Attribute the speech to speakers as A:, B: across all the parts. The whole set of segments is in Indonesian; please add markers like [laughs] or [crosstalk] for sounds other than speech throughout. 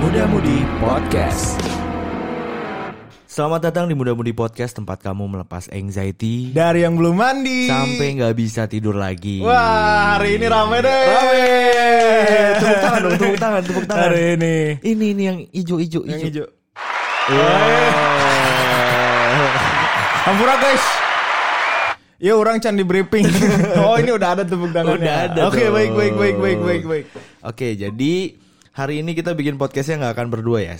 A: Muda Mudi Podcast. Selamat datang di Muda Mudi Podcast tempat kamu melepas anxiety
B: Dari yang belum mandi
A: sampai nggak bisa tidur lagi.
B: Wah hari ini rame deh
A: Rame. Tepuk tangan dong, tepuk tangan, tepuk tangan.
B: Hari ini Iya.
A: Ini ini yang ijo-ijo
B: Yang
A: ijo.
B: hijau Ampura guys Ya orang can di
A: [laughs]
B: briefing Oh ini udah ada tepuk tangannya
A: Udah ada
B: Oke
A: dong.
B: baik baik baik baik baik baik
A: Oke, jadi hari ini kita bikin podcastnya nggak akan berdua ya.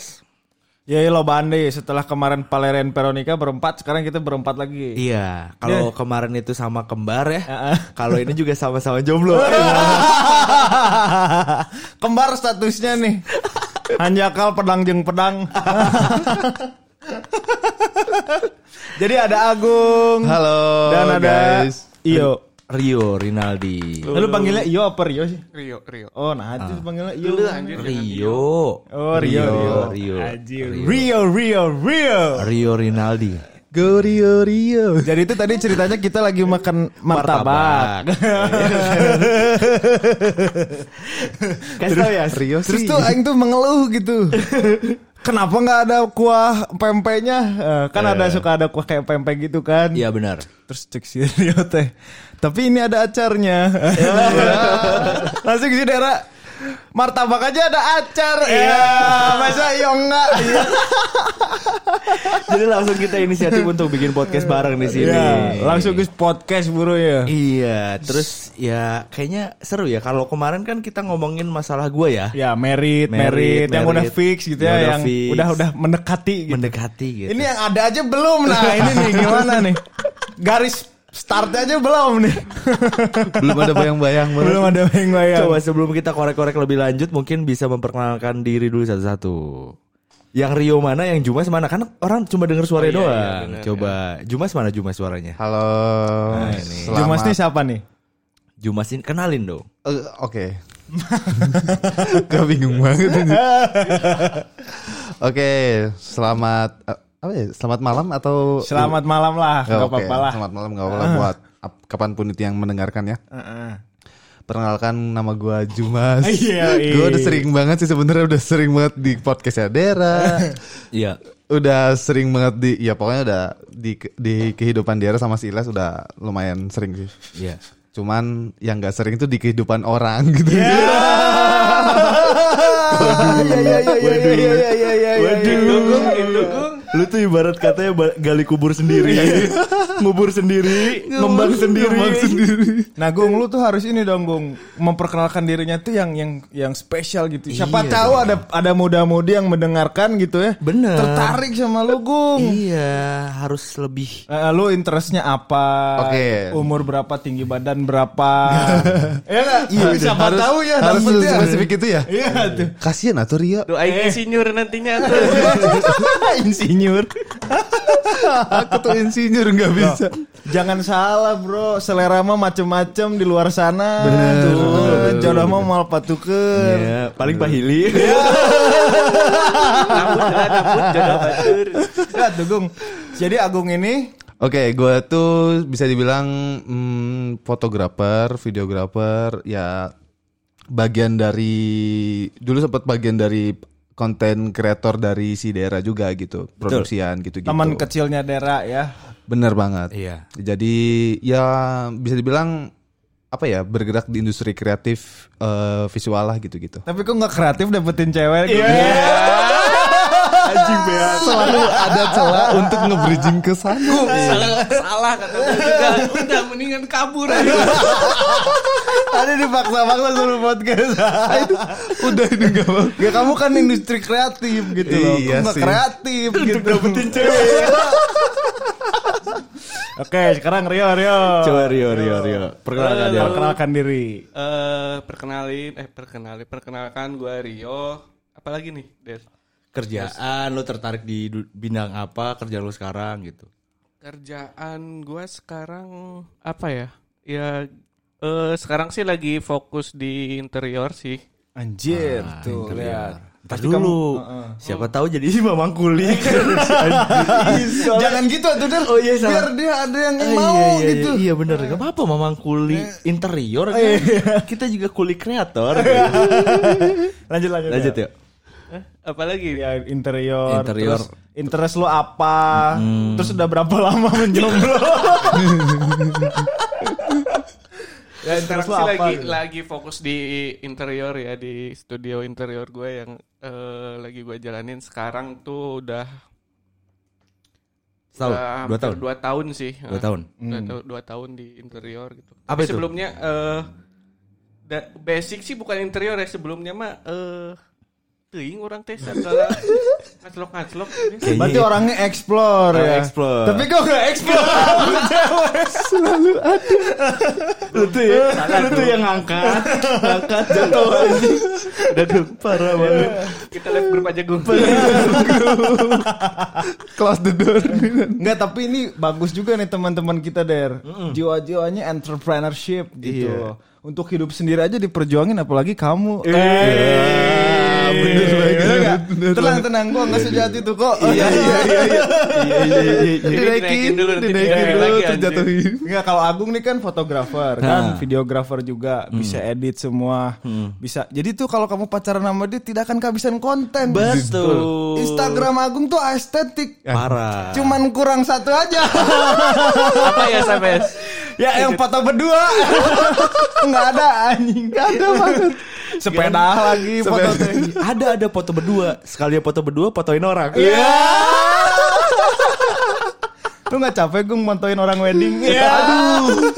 B: Ya ya, lo Bande setelah kemarin Valerian Veronica berempat Sekarang kita berempat lagi
A: Iya, kalau kemarin itu sama kembar ya.
B: Heeh. Iya.
A: Kalau ini juga sama-sama
B: [laughs]
A: jomblo.
B: Kembar statusnya nih Hanjakal pedang jeng pedang [laughs] Jadi ada Agung
C: Halo
B: Dan ada
C: guys.
B: Iyo.
A: Rio Rinaldi.
B: Lalu panggilnya Iyo apa Rio sih?
C: Rio Rio.
B: Oh, nah itu panggilnya Iyo.
A: Rio.
B: Oh, Rio, Rio.
A: Rio.
B: Anjir. Rio, Rio, Rio.
A: Rio Rinaldi.
B: Go Rio, Rio. Jadi itu tadi ceritanya kita lagi makan martabak.
A: Kasih tau ya.
C: Rio
B: [laughs] Terus
C: sih.
B: tuh Aing tuh mengeluh [laughs] gitu. Kenapa nggak ada kuah pempeknya? Eh, kan ada suka ada kuah kayak pempek gitu kan.
A: Iya benar.
B: Terus cek si Rio teh. Tapi ini ada acarnya. Langsung si Dera. Martabak aja ada acar. Iya. Masa iya enggak?
A: Jadi langsung kita inisiatif untuk bikin podcast bareng di sini.
B: Iya. Langsung ke podcast buru ya.
A: Iya, terus ya kayaknya seru ya. Kalau kemarin kan kita ngomongin masalah gua ya,
B: Ya merit, merit,
A: Merit,
B: yang
A: merit.
B: udah fix gitu
A: Yang udah
B: ya, yang
A: fix.
B: udah udah mendekati gitu.
A: mendekati gitu.
B: Ini yang ada aja belum nah ini nih gimana nih garis startnya aja belum nih
C: Belum ada bayang-bayang banget.
B: belum ada yang bayang
A: Coba sebelum kita korek-korek lebih lanjut, mungkin bisa memperkenalkan diri dulu satu-satu. Yang Rio mana, yang Jumas mana? Kan orang cuma denger suaranya
C: Oh, iya, iya,
A: doang.
C: benar,
A: Coba Jumas mana Jumas suaranya?
C: Halo.
A: ini.
C: Selamat.
B: Jumas nih siapa nih
A: Jumas ini kenalin dong.
C: Eh, Oke. [laughs] Gak bingung banget. anjir. Oke, selamat eh, apa ya? Selamat malam atau
B: selamat malam lah
C: Nggak,
B: nggak
C: oke.
B: apa-apa lah
C: Selamat malam nggak apa-apa buat ap- kapanpun itu yang mendengarkan ya.
B: Heeh.
C: Perkenalkan nama gua Jumas.
B: [laughs] Iya, iya.
C: Gua udah sering banget sih sebenarnya udah sering banget di podcastnya
B: [laughs]
C: Dera.
A: Iya.
C: udah sering banget di ya pokoknya udah di di kehidupan Dera sama si Ilas udah lumayan sering sih.
A: Iya.
C: Cuman yang gak sering tuh di kehidupan orang [laughs] gitu.
A: Iya iya iya iya iya iya iya iya.
B: Indukung, indukung.
A: Lu tuh ibarat katanya ba- gali kubur sendiri, ngubur sendiri, ngembang sendiri.
C: Ngembang Iya. sendiri.
B: Nah, Gung, lu tuh harus ini dong, Gung, memperkenalkan dirinya tuh yang yang yang spesial gitu. Siapa
A: Iya.
B: tahu ada ada muda-mudi yang mendengarkan gitu ya.
A: Bener.
B: Tertarik sama lu, Gung.
A: Iya, harus [laughs] lebih.
B: Eh, lu interestnya apa?
C: Oke.
B: Umur berapa? Tinggi badan
C: [laughs]
B: berapa? ya nggak?
C: Iya,
B: siapa
C: harus-
B: tahu ya
C: harus
B: dapetnya.
C: spesifik Iya. itu ya.
B: Iya tuh.
C: Kasian atau Rio.
D: Tuh aing insinyur nantinya tuh.
B: Insinyur.
C: Aku tuh insinyur nggak bisa.
B: Jangan salah, Bro. Selera mah macem-macem di luar sana. Bener. Jodoh mah mal patukeun.
A: Iya, paling pahili.
D: Rambut jelas rambut jodoh batur.
B: Nah, tuh, Gung. Jadi Agung ini
C: Oke, gua tuh bisa dibilang hmm, fotografer, videografer, ya bagian dari dulu sempat bagian dari konten kreator dari si daerah juga gitu, produksian gitu-gitu.
B: teman kecilnya Dera ya.
C: Bener banget.
A: Iya.
C: Jadi ya bisa dibilang apa ya bergerak di industri kreatif eh, visual lah gitu-gitu.
B: Tapi kok nggak kreatif dapetin cewek? Iya.
A: Anjing beak.
C: Selalu ada celah untuk nge-bridging ke [laughs] sana.
D: Salah salah kata gua juga. Udah mendingan kabur aja.
B: Tadi dipaksa-paksa suruh podcast.
C: Udah ini gak mau.
B: ya kamu kan industri kreatif gitu loh.
C: Iya
B: Kamu nggak
C: sih.
B: kreatif gitu. dapetin cewek. Oke, sekarang Rio, Rio.
A: Coba Rio Rio Rio. Perkenalkan dia.
B: Perkenalkan diri.
D: Eh perkenalin eh perkenalin perkenalkan gua Rio. Apalagi nih, Der?
A: Kerjaan lu tertarik di du- bidang apa? Kerjaan lu sekarang gitu.
D: Kerjaan gua sekarang apa ya? Ya eh sekarang sih lagi fokus di interior sih.
B: Anjir, tuh lihat.
A: Ntar dulu. Siapa tahu jadi [laughs] Mamang Kuli.
B: Jangan gitu tuh Der.
A: Oh, iya, salah.
B: Biar dia ada yang
A: Eh,
B: mau
A: iya, iya,
B: gitu. Eh. Oh, iya.
A: Iya bener Gak apa-apa Mamang kuli interior kan?
B: [laughs]
A: Kita juga kuli kreator gitu.
B: Lanjut lanjut.
A: Lanjut yuk
D: Eh, Apalagi
B: ya interior,
A: Interior.
B: terus interest lu apa terus udah berapa [laughs] lama menjomblo ya interest lu
D: Interaksi
B: apa
D: lagi
B: gitu.
D: lagi fokus di interior ya di studio interior gue yang eh, lagi gue jalanin sekarang tuh udah
A: Setahun, dua
D: udah Eh, hampir
A: tahun,
D: dua tahun sih
A: dua tahun.
D: Udah dua, dua tahun di interior gitu.
A: Apa
D: Tapi
A: itu?
D: Sebelumnya eh, da- basic sih bukan interior ya sebelumnya mah eh teuing orang teh segala ngaclok ngaclok.
B: Berarti orangnya explore ya.
A: explore.
B: Tapi kok gak explore? [laughs] Selalu ada. Itu ya.
A: Salah tuh yang ngangkat, ngangkat jatuh anjing. Udah tuh parah banget.
D: Kita lihat grup aja gue.
C: Close the
A: [laughs]
C: door.
B: Enggak, tapi ini bagus juga nih teman-teman kita der. Jiwa-jiwanya entrepreneurship gitu. loh. Untuk hidup sendiri aja diperjuangin apalagi kamu. Eh,
C: bener banget,
B: iya nggak?
C: bener
B: Tenang, tenang, gua enggak sejati tuh kok.
C: Iya iya iya.
D: Jadi
C: Dinaikin,
D: dinaikin dulu, nanti
C: dinaikin
D: dinaikin
C: dulu
D: lagi,
C: terus
D: anjing.
C: jatuhin.
B: Enggak kalau Agung nih kan fotografer
A: Nah.
B: kan, videografer juga, bisa edit semua, bisa. Jadi tuh kalau kamu pacaran sama dia tidak akan kehabisan konten.
A: Betul. Ya.
B: Instagram Agung tuh estetik.
A: Parah.
B: Cuman kurang satu aja.
D: Apa ya sampai
B: ya yang foto berdua. Enggak ada anjing, enggak ada banget. Sepeda lagi foto.
C: Sepeda.
B: teh.
A: ada ada foto berdua. Sekali foto berdua fotoin orang.
B: Iya. [laughs] Lu gak capek gue montoin orang wedding Aduh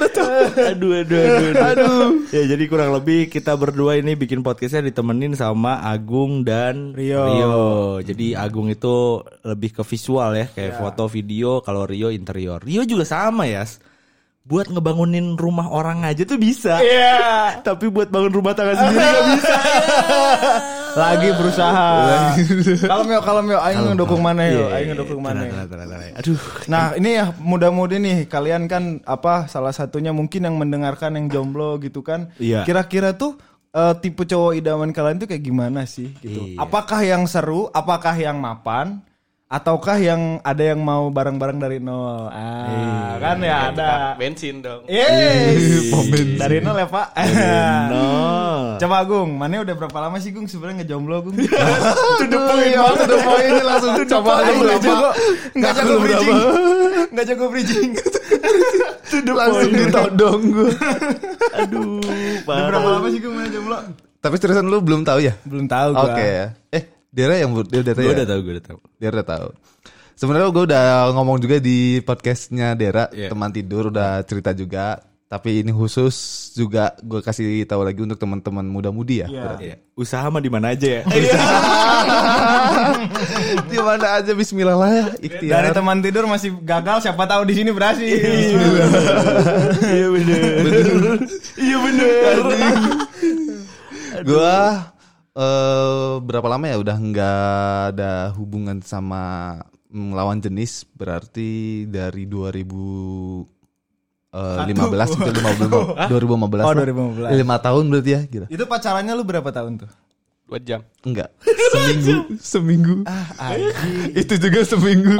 A: aduh, aduh, aduh, aduh. Ya jadi kurang lebih kita berdua ini bikin podcastnya ditemenin sama Agung dan
B: Rio.
A: Jadi Agung itu lebih ke visual ya, kayak foto, video. Kalau Rio interior. Rio juga sama ya. Buat ngebangunin rumah orang aja tuh bisa. Tapi buat bangun rumah tangga sendiri gak bisa.
B: Lagi berusaha Kalau Mio, kalau Mio Aing ngedukung mana yo Aing ngedukung mana
A: Iya, Tenang, tenang, tenang. Aduh.
B: Nah ini ya muda-mudi nih kalian kan apa salah satunya mungkin yang mendengarkan yang jomblo gitu kan.
A: Iya.
B: Kira-kira tuh eh, tipe cowok idaman kalian tuh kayak gimana sih gitu. Apakah yang seru, apakah yang mapan, ataukah yang ada yang mau bareng-bareng dari nol. Ah, kan ya ada.
D: bensin dong.
B: Yes.
C: Pom bensin.
B: Dari nol ya, Pak.
A: No.
B: [laughs] Coba Gung, mana udah berapa lama sih Gung sebenarnya ngejomblo Gung?
C: [laughs]
B: Iya,
C: To the point banget, to the point ini langsung coba aja berapa.
B: Enggak
C: Ngaku
B: jago
C: lu berapa.
B: bridging. Enggak jago bridging.
C: Langsung ditodong gue.
A: Aduh.
B: Udah
A: parah.
B: berapa lama sih Gung mana jomblo?
C: Tapi seriusan lu belum tahu ya?
B: Belum tahu gua.
C: Oke. Eh, Dera yang bu- dia udah tahu.
A: Gue
C: ya?
A: udah tahu, gue udah tahu.
C: Dera udah tahu. Sebenarnya gue udah ngomong juga di podcastnya Dera
A: Iya.
C: teman tidur udah cerita juga. Tapi ini khusus juga gue kasih tahu lagi untuk teman-teman muda-mudi ya. berarti.
A: Iya. Usaha mah di mana aja ya.
C: Di mana aja Bismillah lah ya
B: Dari
C: ikhtiar.
B: teman tidur masih gagal, siapa tahu di sini berhasil.
A: Iya bener. Iya bener.
C: Gue eh, berapa lama ya udah nggak ada hubungan sama mm, lawan jenis berarti dari 2000 eh, 15 itu 15 2015
B: Oh,
C: lah.
B: 2015.
C: lima tahun berarti ya gila
B: Itu pacarannya lu berapa tahun tuh?
D: Dua jam.
C: Enggak. Seminggu, Ah, seminggu. Eh, itu juga seminggu.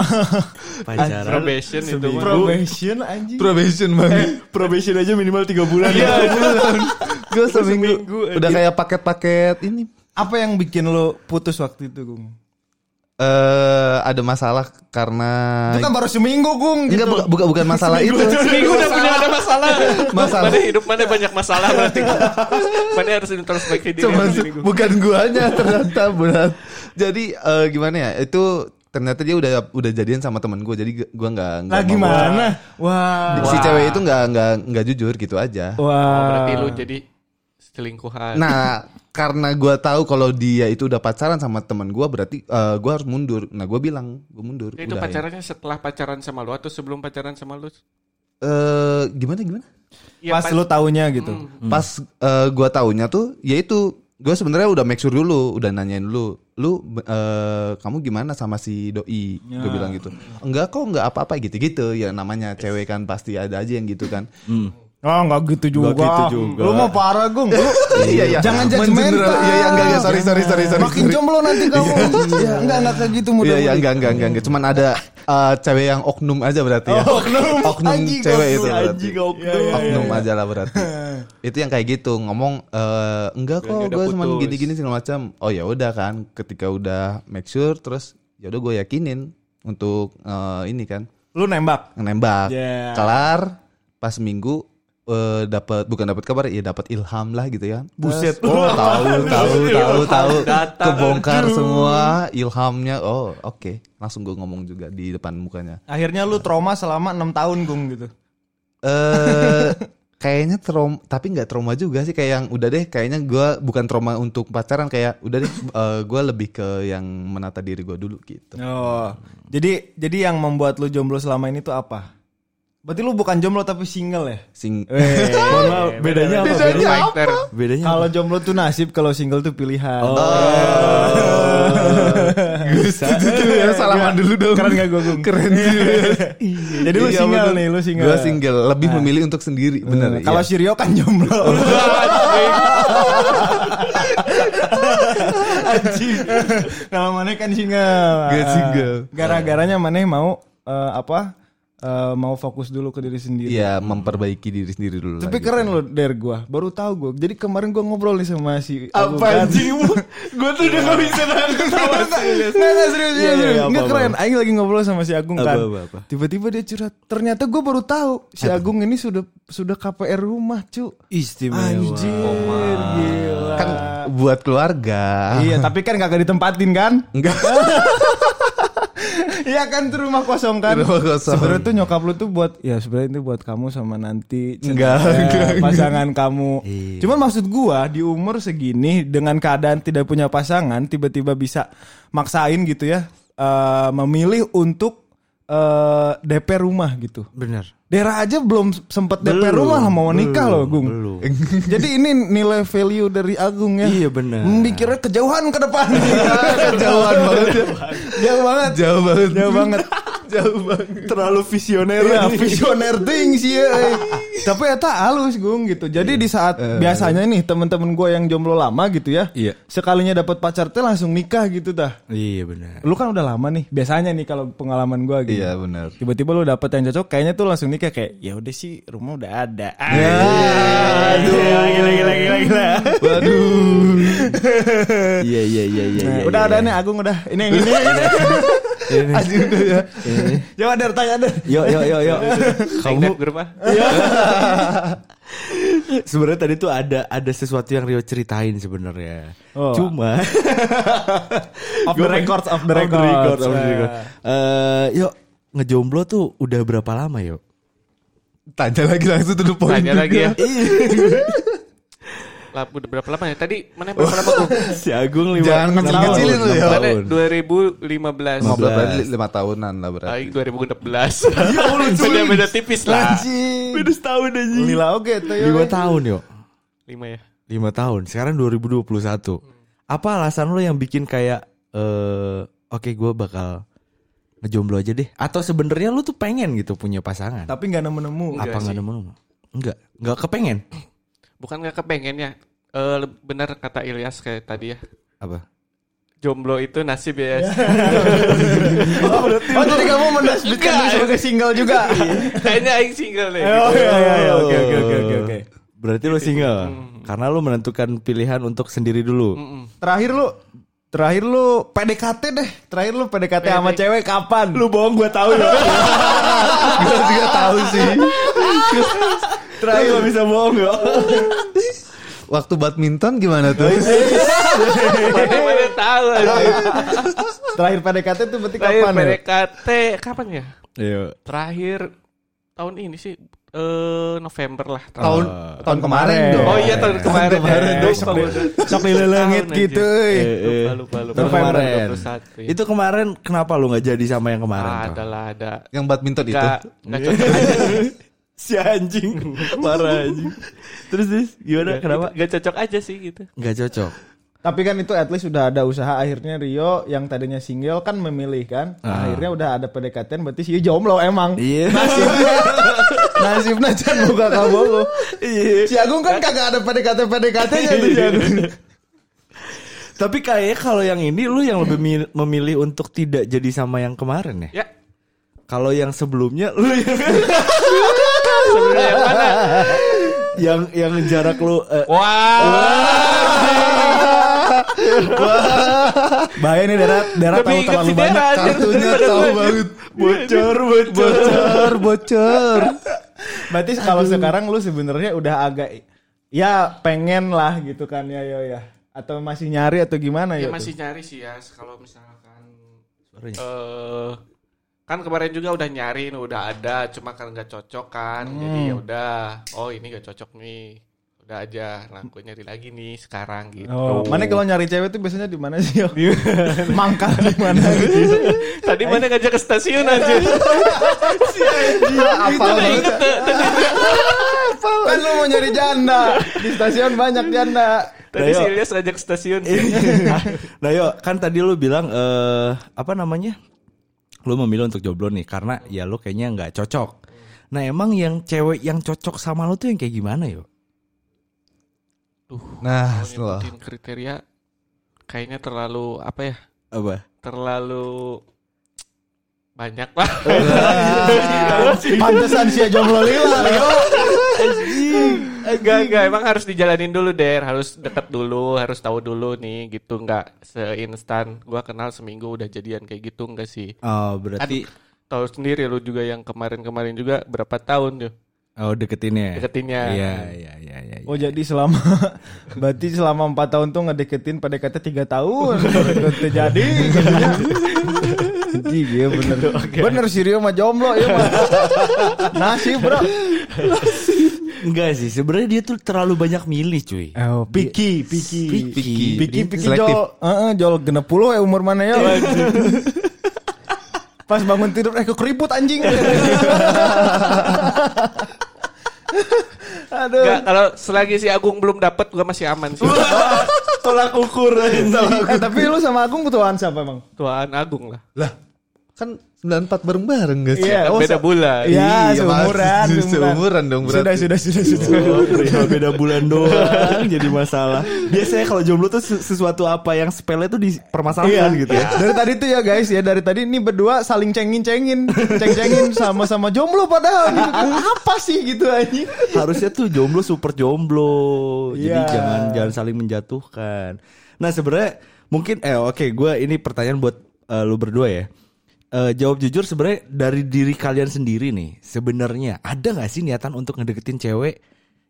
A: Pacaran
D: Probation itu mah.
B: Probation anjing.
C: [laughs] Probation banget.
A: probation aja minimal 3
B: Iya,
C: Iya,
A: bulan.
C: Gue seminggu. Udah kayak paket-paket ini.
B: Apa yang bikin lu putus waktu itu, Gung?
C: Eh ada masalah karena
B: Itu kan baru seminggu, Gung. gitu.
C: enggak buka, buka- bukan masalah itu.
D: Gitu.
C: [laughs]
D: Seminggu udah bener ada masalah.
C: Masalah.
D: Mana hidup mana banyak masalah berarti. Mana harus introspeksi diri.
C: Cuman
D: Harus
C: se- bukan guanya ternyata berat. Jadi eh, gimana ya? Itu ternyata dia udah udah jadian sama temen gue. Jadi gue nggak nggak
B: Lagi
C: mau-
B: mana? Wah.
C: Si cewek itu nggak nggak nggak jujur gitu aja.
D: Oh,
B: Wah.
D: berarti lu jadi selingkuhan.
C: Nah, karena gua tahu kalau dia itu udah pacaran sama teman gua berarti eh, gua harus mundur. Nah, gua bilang gua mundur.
D: itu
C: Udah, ya.
D: pacarannya setelah pacaran sama lu atau sebelum pacaran sama lu?
C: Eh, gimana gimana?
D: Ya,
B: Pas lu taunya gitu.
C: Pas eh, gua taunya tuh yaitu gua sebenarnya udah make sure dulu, udah nanyain dulu. Lu eh, kamu gimana sama si doi? Gua bilang gitu. Enggak kok, enggak apa-apa gitu-gitu. Ya namanya cewek kan pasti ada aja yang gitu kan.
B: Oh nggak gitu juga.
A: Nggak gitu juga.
B: Lu mau parah gung. Lu-
C: [laughs] Iya, iya.
B: Jangan
C: Mengeneral-
B: judgmental.
C: Iya, iya, enggak, enggak, sorry, sorry, sorry, sorry.
B: Makin
C: sorry.
B: jomblo nanti kamu. Iya, enggak enggak kayak gitu mudah.
C: Iya, iya, enggak, enggak, enggak, enggak. Cuman ada eh, cewek yang oknum aja berarti ya.
B: Oh, oknum.
C: [laughs] Oknum
B: Anjing,
C: cewek
B: oknum,
C: itu berarti. iya.
A: Anjing oknum.
D: Iya,
C: Oknum aja lah
D: [laughs]
C: berarti. itu yang kayak gitu ngomong eh, enggak kok
D: udah
C: gue cuman
D: putus.
C: gini-gini segala macam. Oh ya udah kan ketika udah make sure terus ya udah gue yakinin untuk eh, ini kan
B: Lu nembak.
C: nembak.
B: Yeah.
D: Iya.
C: Kelar pas minggu eh, dapat bukan dapat kabar ya dapat ilham lah gitu ya.
B: Buset.
C: Terus,
D: [laughs]
C: oh tahu tahu tahu tahu
D: Datang.
C: kebongkar semua ilhamnya. Oh oke langsung gue ngomong juga di depan mukanya.
B: Akhirnya lu trauma selama 6 tahun gung gitu.
C: Eh kayaknya trauma tapi nggak trauma juga sih kayak yang udah deh kayaknya gua bukan trauma untuk pacaran kayak udah deh eh, gua lebih ke yang menata diri gua dulu gitu.
B: Oh. Jadi jadi yang membuat lu jomblo selama ini tuh apa? Berarti lu bukan jomblo tapi single ya?
C: Sing
A: Mohon maaf, bedanya apa?
C: Bedanya
A: Bedanya
C: apa?
A: Bedanya apa?
B: Kalau jomblo tuh nasib, kalau single tuh pilihan.
C: Oh.
B: Gitu
C: ya, salaman dulu dong.
B: Keren gak gue Gung? Keren Jadi lu
C: Iya,
B: single
C: betul.
B: nih, lu single.
C: Gua single, lebih memilih untuk sendiri, bener.
B: Hmm, Kalau
C: iya. Oh.
B: Sirio kan jomblo. [laughs] Anjing. Kalau Maneh kan single.
C: Gua single.
B: Gara-garanya Maneh mau eh, apa? Eh, mau fokus dulu ke diri sendiri.
C: Iya, memperbaiki diri sendiri dulu. gitu.
B: Tapi
C: lagi.
B: keren loh der gua. Baru tahu gua. Jadi kemarin gua ngobrol nih sama si
A: Apa
B: [laughs]
A: anjing? Gue tuh udah gak bisa nahan ketawa.
B: Nggak, nggak, serius,
A: Iya,
B: serius,
A: iya,
B: serius.
A: apa,
B: Nggak
A: apa,
B: keren. Aing lagi ngobrol sama si Agung kan.
A: Apa, apa, apa.
B: Tiba-tiba dia curhat. Ternyata gue baru tahu si Agung ini sudah sudah KPR rumah, cu.
A: Istimewa.
B: Anjir, gila.
C: Kan buat keluarga.
B: Iya, tapi kan kagak ditempatin kan?
C: Enggak.
B: Iya kan tuh rumah kosong kan.
C: Rumah kosong.
B: Sebenarnya tuh nyokap lu tuh buat ya sebenarnya itu buat kamu sama nanti
C: Enggak,
B: eh,
C: enggak, enggak. Iya.
B: pasangan kamu. Cuman maksud gua di umur segini dengan keadaan tidak punya pasangan tiba-tiba bisa maksain gitu ya eh, memilih untuk eh, DP rumah gitu.
A: Bener.
B: Daerah aja belum sempet DP
A: Belum,
B: rumah lah mau nikah
A: belum,
B: loh, Gung.
A: belum.
B: [laughs] Jadi ini nilai value dari Agung ya.
A: Iya, benar.
B: Mikirnya kejauhan ke depan.
C: Kejauhan banget ya.
B: Jauh banget.
C: Jauh banget.
B: Jauh banget.
C: Jauh banget.
A: Terlalu visioner.
B: Iya, visioner things ya. eh. Tapi eta halus gung gitu. Jadi di saat biasanya nih temen-temen gue yang jomblo lama gitu ya,
A: Iya.
B: sekalinya dapat pacar teh langsung nikah gitu dah.
A: Iya bener.
B: Lu kan udah lama nih. Biasanya nih kalau pengalaman gue gitu.
C: Iya, benar.
B: Tiba-tiba lu dapet yang cocok, kayaknya tuh langsung nikah kayak, ya udah sih rumah udah ada. Ah, Gila, gila, gila, gila, gila.
C: Waduh.
A: Iya iya iya iya.
B: Nah,
A: iya,
B: udah
A: iya,
B: ada
A: iya.
B: nih Agung udah. Ini yang ini. ini. Aji udah ya.
A: Iya.
B: Coba der tanya der.
A: Yo yo yo yo.
D: Kamu berapa?
A: sebenarnya tadi tuh ada ada sesuatu yang Rio ceritain sebenarnya.
B: Oh.
A: Cuma
B: Off the
A: Gua pengen-
B: records, off the records.
A: of the
B: Eh.
A: record. Eh, yuk ngejomblo tuh udah berapa lama yuk?
C: Tanya lagi langsung to the point.
D: Tanya lagi ya.
A: Ih,
D: Lap- Udah berapa lama ya? Tadi mana berapa lama tuh?
A: si Agung lima
C: Jangan
A: enam tahun.
C: ngecil-ngecilin lu ya.
A: Enam
D: Mana
A: tahun.
D: 2015.
C: 15 berarti 5 tahunan lah berarti.
D: Aing 2016. [laughs] Beda-beda tipis lah.
A: Beda setahun aja.
B: Lila oke tuh ya.
A: Lima tahun yuk.
D: 5 ya.
A: Lima tahun. Sekarang 2021. Apa alasan lo yang bikin kayak eh oke gua bakal ngejomblo aja deh? Atau sebenarnya lu tuh pengen gitu punya pasangan?
B: Tapi nggak nemu-nemu.
A: Apa nggak nemu? Enggak, enggak kepengen.
D: Bukan nggak kepengen ya. Eh, le- benar kata Ilyas kayak tadi ya.
A: Apa?
D: Jomblo itu nasib ya. Yas.
B: Oh jadi kamu menasbitkan diri sebagai single juga.
A: Iya.
D: Kayaknya aing single deh.
B: Oh iya iya iya, oke
A: Oh.
B: oke oke oke oke.
A: Berarti lu single karena lu menentukan pilihan untuk sendiri dulu.
B: Terakhir lu Terakhir lu PDKT deh Terakhir lu PDKT sama cewek kapan? Lu bohong gue tahu [laughs] ya
C: Gue juga tahu sih.
A: Terakhir gak bisa bohong ya.
C: Waktu badminton gimana tuh?
D: Mana mana tahu.
B: ya?
D: anjing.
B: Terakhir PDKT tuh berarti
D: Terakhir
B: kapan ya?
D: PDKT kapan ya?
A: Iya.
D: Terakhir tahun ini sih eh November lah. Terakhir.
C: tahun tahun kemarin dong.
D: Oh iya tahun kemarin.
B: Oh, kemarin.
D: Eh, lupa gua.
B: Sok lilelengit
D: Tahun,
B: gitu
D: anjing.
B: eh.
D: Lupa lupa lupa.
A: Tahun
D: November
A: kemarin.
D: 21, ya.
A: Itu kemarin kenapa lu nggak jadi sama yang kemarin?
D: Ah, ada
A: tuh?
D: lah ada.
C: Yang badminton itu.
D: Gak gak cocok.
A: Si
D: [laughs]
A: anjing, parah anjing. Terus terus gimana? Kenapa?
D: Gak cocok aja sih gitu.
A: Nggak cocok.
B: Tapi kan itu at least udah ada usaha Akhirnya Rio yang tadinya single kan Iya. memilih kan Akhirnya udah ada PDKT berarti si jomblo emang
A: Iya.
B: [laughs] Nasib najan buka kabolo. Si Agung kan kagak ada PDKT-PDKT-nya tuh Jan.
A: Iya. Tapi kayaknya kalau yang ini lu yang lebih mi- memilih untuk tidak jadi sama yang kemarin ya.
D: Ya.
A: Kalau yang sebelumnya lu yang [laughs]
D: Sebenarnya yang [laughs] mana?
A: yang, yang jarak lu eh,
B: Bahaya nih darat,
D: [laughs]
B: darat tahu
D: Lebih inget
B: terlalu
D: si
B: banyak.
D: Dera aja
C: Kartunya
D: daripada
C: tahu
D: gua.
C: banget.
A: bocor bocor.
C: Bocor, bocor.
B: Berarti kalau sekarang lu sebenarnya udah agak ya pengen lah gitu kan ya yo ya. Atau masih nyari atau gimana
D: Ya
B: ya?
D: masih nyari sih ya kalau misalkan eh kan kemarin juga udah nyari udah ada cuma kan nggak cocok kan jadi ya udah oh ini gak cocok nih udah aja nah gue nyari lagi nih sekarang gitu
B: Oh, Iya. mana kalau nyari cewek tuh biasanya di mana sih? Yo? [laughs] Mangkal di mana gitu.
D: tadi mana ngajak ke stasiun aja
B: Iya, Apa
D: inget tuh.
B: Kan lu mau nyari janda. Di stasiun banyak janda.
D: tadi
A: Dayo.
D: si Ilyas ngajak ke stasiun
A: [laughs] nah yuk kan tadi lu bilang eh apa namanya lu memilih untuk jomblo nih karena ya lu kayaknya nggak cocok nah emang yang cewek yang cocok sama lu tuh yang kayak gimana yo
D: Duh,
C: Nah,
D: kalau
C: setelah
D: nyebutin kriteria kayaknya terlalu apa ya
A: apa
D: terlalu banyak pak
B: Pantesan sih jomblo lila.
D: enggak enggak emang harus dijalanin dulu der harus deket dulu harus tahu dulu nih gitu nggak seinstan gua kenal seminggu udah jadian kayak gitu enggak sih
A: oh berarti
D: tahu sendiri lu juga yang kemarin-kemarin juga berapa tahun tuh
A: oh deketinnya
D: deketinnya
A: iya iya iya iya
B: Oh jadi selama [laughs] berarti selama 4 tahun tuh ngedeketin pada kata 3 tahun baru terjadi jadinya. Anjing ya bener. Bener sih Rio mah jomblo ya mah. Nasib bro.
A: enggak sih sebenarnya dia tuh terlalu banyak milih cuy
B: Oh, piki, piki,
A: Piki.
B: piki, piki,
C: Selektif.
B: jol, heeh, jol genep puluh ya umur mana ya? Pas bangun tidur, eh keriput [laughs] anjing. Aduh.
D: Enggak, kalau selagi si Agung belum dapat gua masih aman sih
A: tolak ukur
B: Eh, tapi lu sama Agung ketuaan siapa emang?
D: tuaan Agung lah
C: lah kan 94 bareng-bareng gak sih?
B: Iya,
D: Kan
B: oh,
D: beda
B: se-
D: bulan
B: Iya,
C: Iya,
B: seumuran,
C: masih seumuran dong
B: Sudah,
C: berarti.
B: sudah, sudah, sudah.
A: Iya, beda bulan doang jadi masalah biasanya kalau jomblo tuh se- sesuatu apa yang sepele tuh dipermasalahkan gitu ya
B: Iya. Dari tadi tuh ya guys ya dari tadi ini berdua saling cengin-cengin, ceng-cengin sama-sama jomblo padahal gitu. Apa sih gitu anjing?
A: harusnya tuh jomblo super jomblo jadi
B: Iya.
A: jangan jangan saling menjatuhkan nah sebenarnya mungkin eh oke gua ini pertanyaan buat eh, lu berdua ya Eh, jawab jujur sebenarnya dari diri kalian sendiri nih sebenarnya ada nggak sih niatan untuk ngedeketin cewek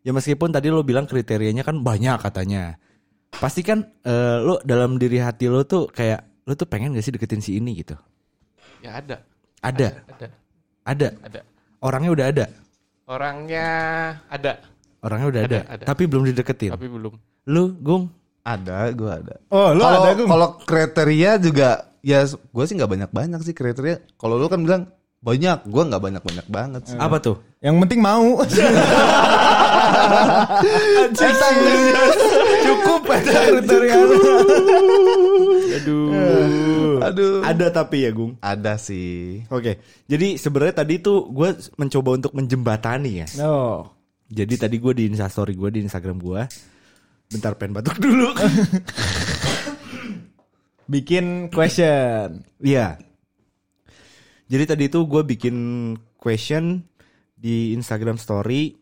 A: ya meskipun tadi lo bilang kriterianya kan banyak katanya pasti kan eh, lo dalam diri hati lo tuh kayak lo tuh pengen gak sih deketin si ini gitu
D: ya ada
A: ada
D: ada
A: ada
D: ada
A: orangnya udah ada
D: orangnya ada
A: orangnya udah ada,
D: Ada, ada.
A: tapi belum dideketin
D: tapi belum
A: lu gung
C: Ada, gua ada.
B: Oh, lu
C: kalau
B: ada, Gung?
C: kalau kriteria juga ya gua sih nggak banyak-banyak sih kriteria. Kalau lu kan bilang banyak, gua nggak banyak-banyak banget sih.
A: apa [laughs] tuh
B: Yang penting mau. Etang,
A: [laughs]
B: Cukup ada kriteria.
C: Aduh.
A: Ada tapi ya, Gung.
C: Ada sih.
A: Oke. Jadi sebenarnya tadi tuh gue mencoba untuk menjembatani ya.
B: No.
A: Jadi tadi gue di instastory gue di Instagram gue. Bentar pengen batuk [laughs] dulu.
B: Bikin question.
A: Iya. Jadi tadi tuh gue bikin question di Instagram story.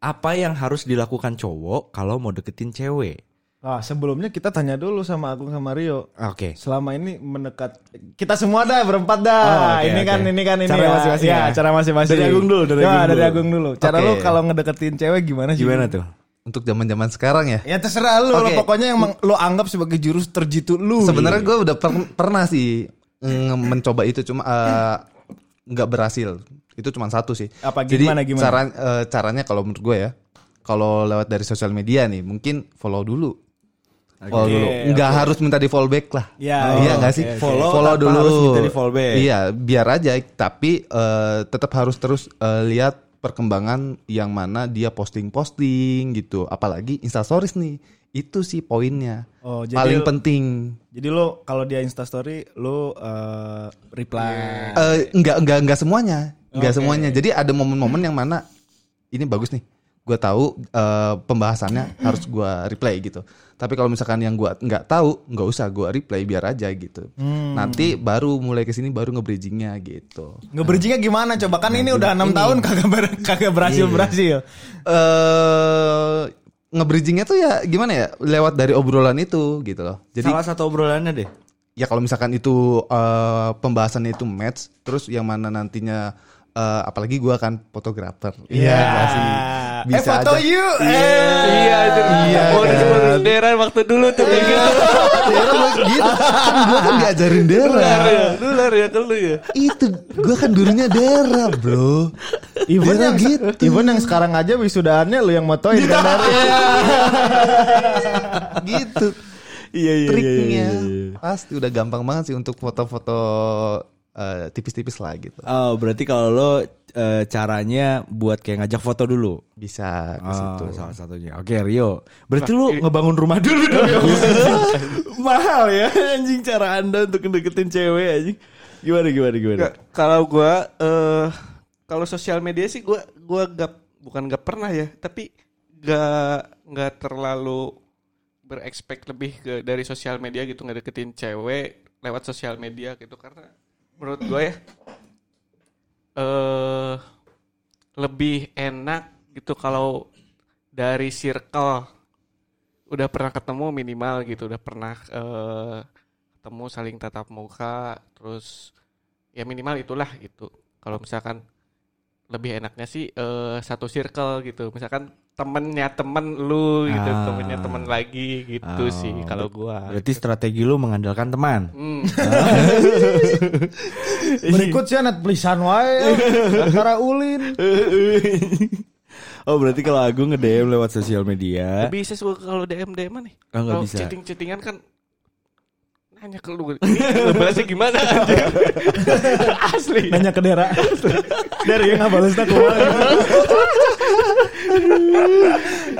A: Apa yang harus dilakukan cowok kalau mau deketin cewek?
B: Nah, sebelumnya kita tanya dulu sama Agung sama Rio.
A: Oke.
B: Selama ini mendekat kita semua dah berempat dah.
A: Oh, oke,
B: ini
A: oke.
B: kan ini kan ini
A: Cara
B: ya.
A: masing-masing
B: Ya,
A: ya?
B: cara masing-masing.
A: Dari Agung dulu, dari
B: Ya,
A: Agung
B: dari
A: dulu.
B: Agung dulu. Cara
A: Oke.
B: lu kalau ngedeketin cewek gimana sih?
A: Gimana tuh?
C: Untuk zaman-zaman sekarang ya.
B: Ya terserah lu,
C: Oke.
B: Lo pokoknya yang meng- lo anggap sebagai jurus terjitu lu. gitu.
C: Sebenarnya gue udah per- pernah sih mm, mencoba itu cuma eh, nggak berhasil. Itu cuma satu sih.
B: Apa,
C: Jadi
B: gimana, gimana?
C: cara- eh, caranya kalau menurut gue ya, kalau lewat dari sosial media nih, mungkin follow dulu. Follow dulu. Nggak harus minta di follow back lah.
B: Ya,
C: Oh,
B: ya,
C: iya nggak
B: oke,
C: sih?
B: oke.
A: Follow tanpa
C: dulu.
A: harus minta di follow back.
C: Iya, biar aja. Tapi eh, tetap harus terus eh, lihat perkembangan yang mana dia posting-posting gitu. Apalagi instastories nih. Itu sih poinnya.
B: Oh, jadi
C: Paling
B: lu-
C: penting.
B: Jadi lo kalau dia instastory lo eh, reply.
C: Eh, enggak enggak enggak semuanya. nggak semuanya. Jadi ada momen-momen yang mana ini bagus nih. Gue tahu eh, pembahasannya harus gue replay gitu. Tapi kalau misalkan yang gue nggak tahu, nggak usah gue replay biar aja gitu. Nanti baru mulai kesini baru nge-bridgingnya gitu.
B: Ngeberjingnya gimana coba kan ini Iya. udah enam tahun kagak [laughs] ber- kagak berhasil berhasil.
C: eh nge-bridgingnya tuh ya gimana ya lewat dari obrolan itu gitu loh. Jadi
A: Salah satu obrolannya deh.
C: ya kalau misalkan itu eh, pembahasannya itu match terus yang mana nantinya eh, apalagi gua kan fotografer iya nggak sih?
B: Eh
C: bisa
B: foto
C: aja
B: yuk. Eh.
D: Iya, itu. Iya. Oh,
C: kan?
D: Deran waktu dulu tuh kayak gitu.
C: Dera mah gitu kan gua kan diajarin Dera
D: Nular ya ke lu ya.
C: itu gua kan dulunya Dera bro
B: Even
C: Dera
B: yang
C: gitu
B: even yang sekarang aja wisudaannya lu yang motoin kan Dar? [laughs]
C: gitu
A: Iya
C: triknya pasti udah gampang banget sih untuk foto-foto eh, tipis-tipis lah gitu
A: Oh, berarti kalau lo eh, caranya buat kayak ngajak foto dulu.
C: bisa ke situ
A: Oh, salah satunya. Oke, Rio. Berarti lu ngebangun rumah dulu dong. Mahal ya anjing cara Anda untuk ngedeketin cewek anjing. Gimana gimana gimana?
D: Nggak, kalau gua eh kalau sosial media sih gua gua gak bukan gak pernah ya, tapi gak nggak terlalu berekspek lebih ke dari sosial media gitu nggak deketin cewek lewat sosial media gitu karena menurut gua ya eh lebih enak gitu kalau dari circle udah pernah ketemu minimal gitu udah pernah eh, ketemu saling tatap muka terus ya minimal itulah itu kalau misalkan lebih enaknya sih eh, satu circle gitu misalkan temennya temen lu gitu
A: Ah.
D: temennya temen lagi gitu
A: Oh,
D: sih kalau gua
A: Berarti strategi lu mengandalkan teman.
D: Hmm.
B: Berikut sih net pelisan [laughs] wae. Antara ulin.
A: oh, berarti kalau Agung nge-DM lewat sosial media.
D: Nggak bisa sih gua kalau DM DM nih.
A: Oh, nggak
D: kalau
A: bisa.
D: chatting chattingan kan nanya ke lu. Ini bahasnya gimana? [laughs] anjir? Asli.
B: Iya. Nanya ke Dera. [laughs] Dera yang nggak balas tak
A: [laughs]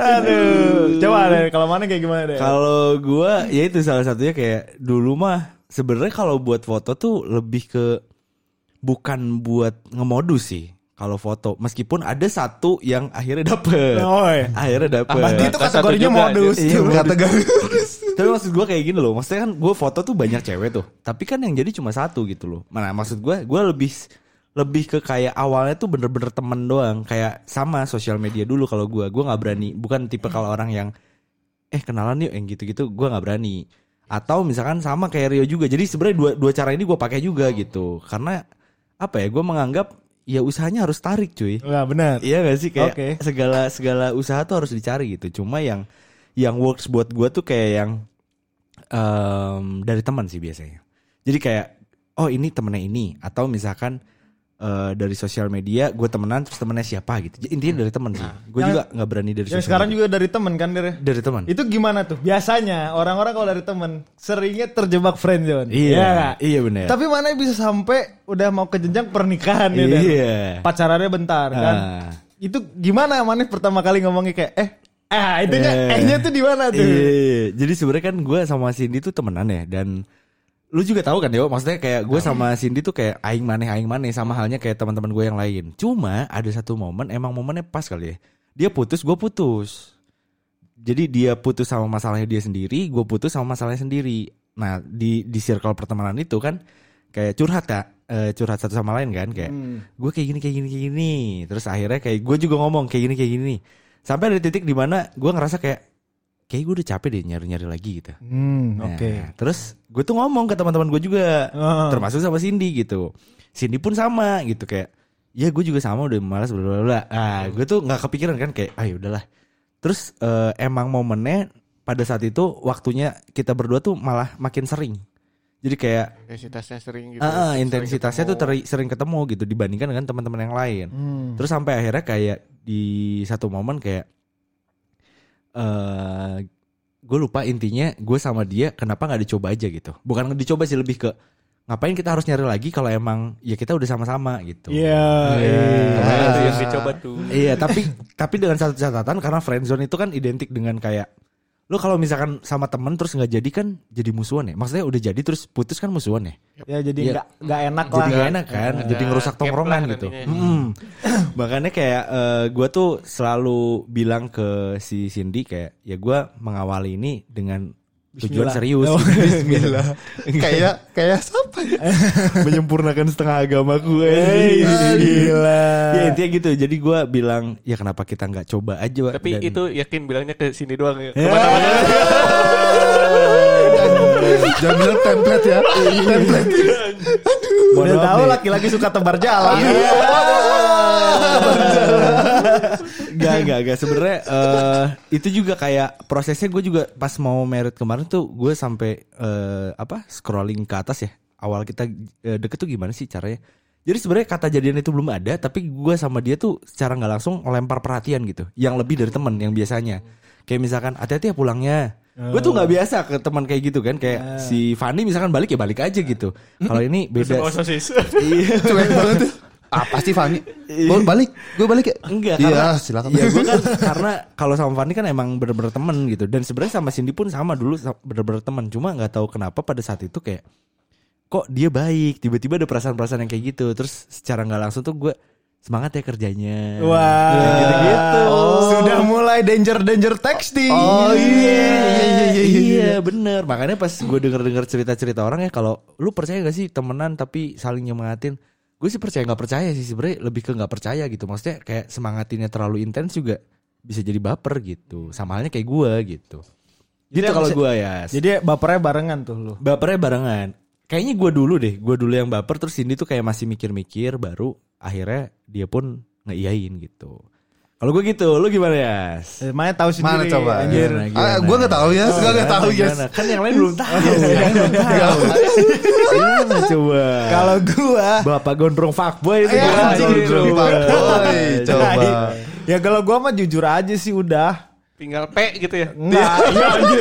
B: Aduh, coba deh kalau mana kayak gimana deh?
A: Kalau gua ya itu salah satunya kayak dulu mah sebenarnya kalau buat foto tuh lebih ke bukan buat ngemodus sih kalau foto meskipun ada satu yang akhirnya dapet
B: Oh, iya.
A: akhirnya dapet
B: Berarti itu
D: Batas satu
B: kategorinya
D: juga,
B: modus.
A: Iya,
B: tuh.
A: kata Tapi maksud gue kayak gini loh, maksudnya kan gue foto tuh banyak cewek tuh, tapi kan yang jadi cuma satu gitu loh. Mana maksud gue, gue lebih lebih ke kayak awalnya tuh bener-bener temen doang, kayak sama sosial media dulu kalau gue, gue nggak berani, bukan tipe kalau orang yang eh kenalan yuk yang gitu-gitu, gue nggak berani. Atau misalkan sama kayak Rio juga, jadi sebenarnya dua dua cara ini gue pakai juga gitu, karena apa ya, gue menganggap ya usahanya harus tarik cuy.
B: Nah, benar.
A: Iya gak sih kayak
B: Oke.
A: segala segala usaha tuh harus dicari gitu. Cuma yang yang works buat gua tuh kayak yang em, dari teman sih biasanya. Jadi kayak oh ini temennya ini atau misalkan eh, dari sosial media gue temenan terus temennya siapa gitu. Jadi Intinya dari teman sih. Gue
B: Hmm. Nah, Yang-
A: juga nggak berani dari
B: Yang
A: sosial
B: sekarang
A: media.
B: juga dari temen kan, Dera?
A: dari teman.
B: Itu gimana tuh? Biasanya orang-orang kalau dari temen seringnya terjebak friendzone.
A: Iya,
B: nggak?
A: iya benar.
B: Tapi mana bisa sampai udah mau ke jenjang pernikahan ya, Dan?
A: Iya.
B: Pacarannya bentar kan.
A: Ah.
B: Itu gimana mana pertama kali ngomongnya kayak eh ah itu
A: Eh.
B: eh-nya tuh di mana tuh?
A: Iya, iya, iya. Jadi sebenarnya kan gue sama Cindy tuh temenan ya dan lu juga tahu kan ya maksudnya kayak gue sama Cindy tuh kayak aing maneh aing maneh sama halnya kayak teman-teman gue yang lain. Cuma ada satu momen emang momennya pas kali ya. Dia putus, gue putus. Jadi dia putus sama masalahnya dia sendiri, gue putus sama masalahnya sendiri. Nah di di circle pertemanan itu kan kayak curhat ya, eh, curhat satu sama lain kan kayak gue kayak gini kayak gini kayak gini. Terus akhirnya kayak gue juga ngomong kayak gini kayak gini. Sampai ada titik di mana gue ngerasa kayak kayak gue udah capek deh nyari-nyari lagi gitu.
B: Hmm,
A: Nah,
B: oke. Oh.
A: Terus gue tuh ngomong ke teman-teman gue juga,
B: Heeh.
A: termasuk sama Cindy gitu. Cindy pun sama gitu kayak, ya gue juga sama udah malas bla bla bla. Ah, gue tuh nggak kepikiran kan kayak, ayo udahlah. Terus eh, emang momennya pada saat itu waktunya kita berdua tuh malah makin sering. Jadi kayak
D: Intensitasnya sering gitu.
A: Ah, ah,
D: Sering
A: intensitasnya tuh teri-
D: ketemu.
A: sering ketemu gitu dibandingkan dengan teman-teman yang lain.
B: Hmm.
A: Terus sampai akhirnya kayak di satu momen kayak eh gue lupa intinya gue sama dia kenapa nggak dicoba aja gitu. Bukan dicoba sih lebih ke ngapain kita harus nyari lagi kalau emang ya kita udah sama-sama gitu.
B: Iya.
D: Nah,
B: iya.
D: itu yang dicoba tuh.
A: Iya, tapi tapi dengan satu catatan karena friendzone itu kan identik dengan kayak Lo kalau misalkan sama temen terus nggak jadi kan jadi musuhan ya? Maksudnya udah jadi terus putus kan musuhan ya?
B: Ya jadi
A: Iya.
B: nggak nggak enak lah.
A: jadi gak enak kan jadi ngerusak
D: gap lah kan
A: tongkrongan
D: nantinya.
A: gitu Mm. [clears throat] makanya kayak gue tuh selalu bilang ke si Cindy kayak ya gue mengawali ini dengan
B: Bismillah.
A: tujuan serius
B: Oh,
A: [laughs] gitu.
C: Bismillah. kayak kayak siapa
A: [laughs]
C: ya?
A: menyempurnakan setengah agamaku eh.
B: Gila.
A: ya intinya gitu jadi gue bilang ya kenapa kita nggak coba aja Wak?"
D: Tapi
A: Dan-
D: itu yakin bilangnya ke sini doang ya.
C: Jangan bilang template ya. template.
B: Udah
A: Mohon maaf
B: tahu
A: nih.
B: laki-laki suka tebar jalan. Iya.
A: Gak, gak, gak. Sebenarnya eh, itu juga kayak prosesnya gue juga pas mau merit kemarin tuh gue sampai eh, apa scrolling ke atas ya. Awal kita eh, deket tuh gimana sih caranya? Jadi sebenarnya kata jadian itu belum ada, tapi gue sama dia tuh secara nggak langsung lempar perhatian gitu, yang lebih dari teman yang biasanya. Kayak misalkan hati-hati ya pulangnya. Gue tuh nggak biasa ke teman kayak gitu kan, kayak si Fani misalkan balik ya balik aja gitu. Kalau ini beda.
D: Oh, sosis.
A: Iya.
C: Cuek banget tuh. Apa sih Ah, Fani? Bon balik. Gue balik ya.
A: Enggak
C: Iya,
A: karena,
C: silakan.
A: Iya gue kan karena kalau sama Fanny kan emang bener-bener temen gitu dan sebenarnya sama Cindy pun sama dulu sa- bener-bener temen cuma nggak tahu kenapa pada saat itu kayak kok dia baik tiba-tiba ada perasaan-perasaan yang kayak gitu terus secara nggak langsung tuh gue semangat ya kerjanya
B: Wah. Oh.
A: Ya, gitu-gitu
B: Sudah mulai danger-danger texting.
C: Oh iya iya iya iya.
A: iya bener makanya pas gue denger-denger cerita-cerita orang ya kalau lu percaya gak sih temenan tapi saling nyemangatin gue sih percaya nggak percaya sih sebenarnya lebih ke nggak percaya gitu maksudnya kayak semangatinnya terlalu intens juga bisa jadi baper gitu sama halnya kayak gue gitu gitu
B: Jadi
A: kalau
B: maksud-
A: gue ya
B: Jadi bapernya barengan tuh lu.
A: bapernya barengan kayaknya gue dulu deh gue dulu yang baper terus Cindy tuh kayak masih mikir-mikir baru akhirnya dia pun ngeiyain gitu kalau gue gitu lu gimana ya
B: Eh, Maya tahu
C: Mana
B: sendiri.
C: coba?
B: Anjir.
A: Gimana,
C: Ah,
A: gimana?
C: gue gak tahu ya, gue gak tahu ya.
A: Gimana? Kan yang lain belum tahu.
B: Iya,
A: Yang belum tahu. Gimana coba?
B: Kalau gua
A: Bapak gondrong fuckboy itu
C: Eh,
A: gimana
C: anjing,
A: coba?
C: gondrong fuckboy, coba.
B: Ya kalau gua mah jujur aja sih udah.
D: Tinggal P gitu ya.
B: Enggak. Iya anjir.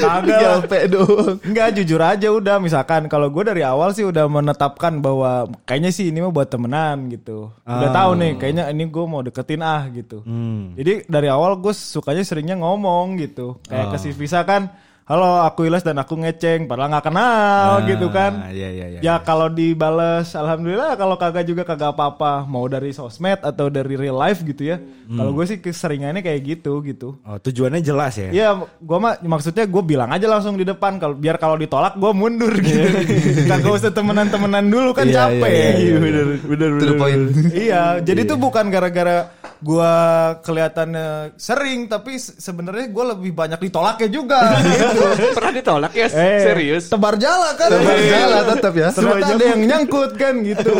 B: Kagak. lah.
C: Galpe doang.
B: Enggak jujur aja udah misalkan kalau gue dari awal sih udah menetapkan bahwa kayaknya sih ini mah buat temenan gitu. Udah tahu nih
A: Ah.
B: kayaknya ini gue mau deketin ah gitu.
A: Hmm.
B: Jadi dari awal gue sukanya seringnya ngomong gitu. Kayak
A: Ah.
B: ke si Visa kan, "Halo, aku Ilas dan aku ngeceng." Padahal nggak kenal
A: Ah,
B: gitu kan.
A: Iya iya iya.
B: Ya kalau dibales alhamdulillah kalau kagak juga kagak apa-apa. Mau dari sosmed atau dari real life gitu ya. Kalau
A: Hmm.
B: gue sih keseringannya kayak gitu gitu.
A: Oh, tujuannya jelas ya.
B: Iya, gua mah maksudnya gue bilang aja langsung di depan kalau biar kalau ditolak gue mundur gitu. Kagak usah temenan-temenan dulu kan
C: Iya,
B: capek.
C: iya, iya, iya.
B: bener, bener,
C: To the
B: bener.
C: point.
B: Iya, jadi itu bukan gara-gara gua kelihatannya sering tapi se- sebenarnya gue lebih banyak ditolaknya juga.
C: [laughs]
B: gitu.
D: Pernah ditolak ya?
B: Eh,
D: Serius.
B: Tebar jala kan.
C: Tebar
B: Iya.
C: jala tetap ya.
B: Ternyata ada yang nyangkut kan gitu.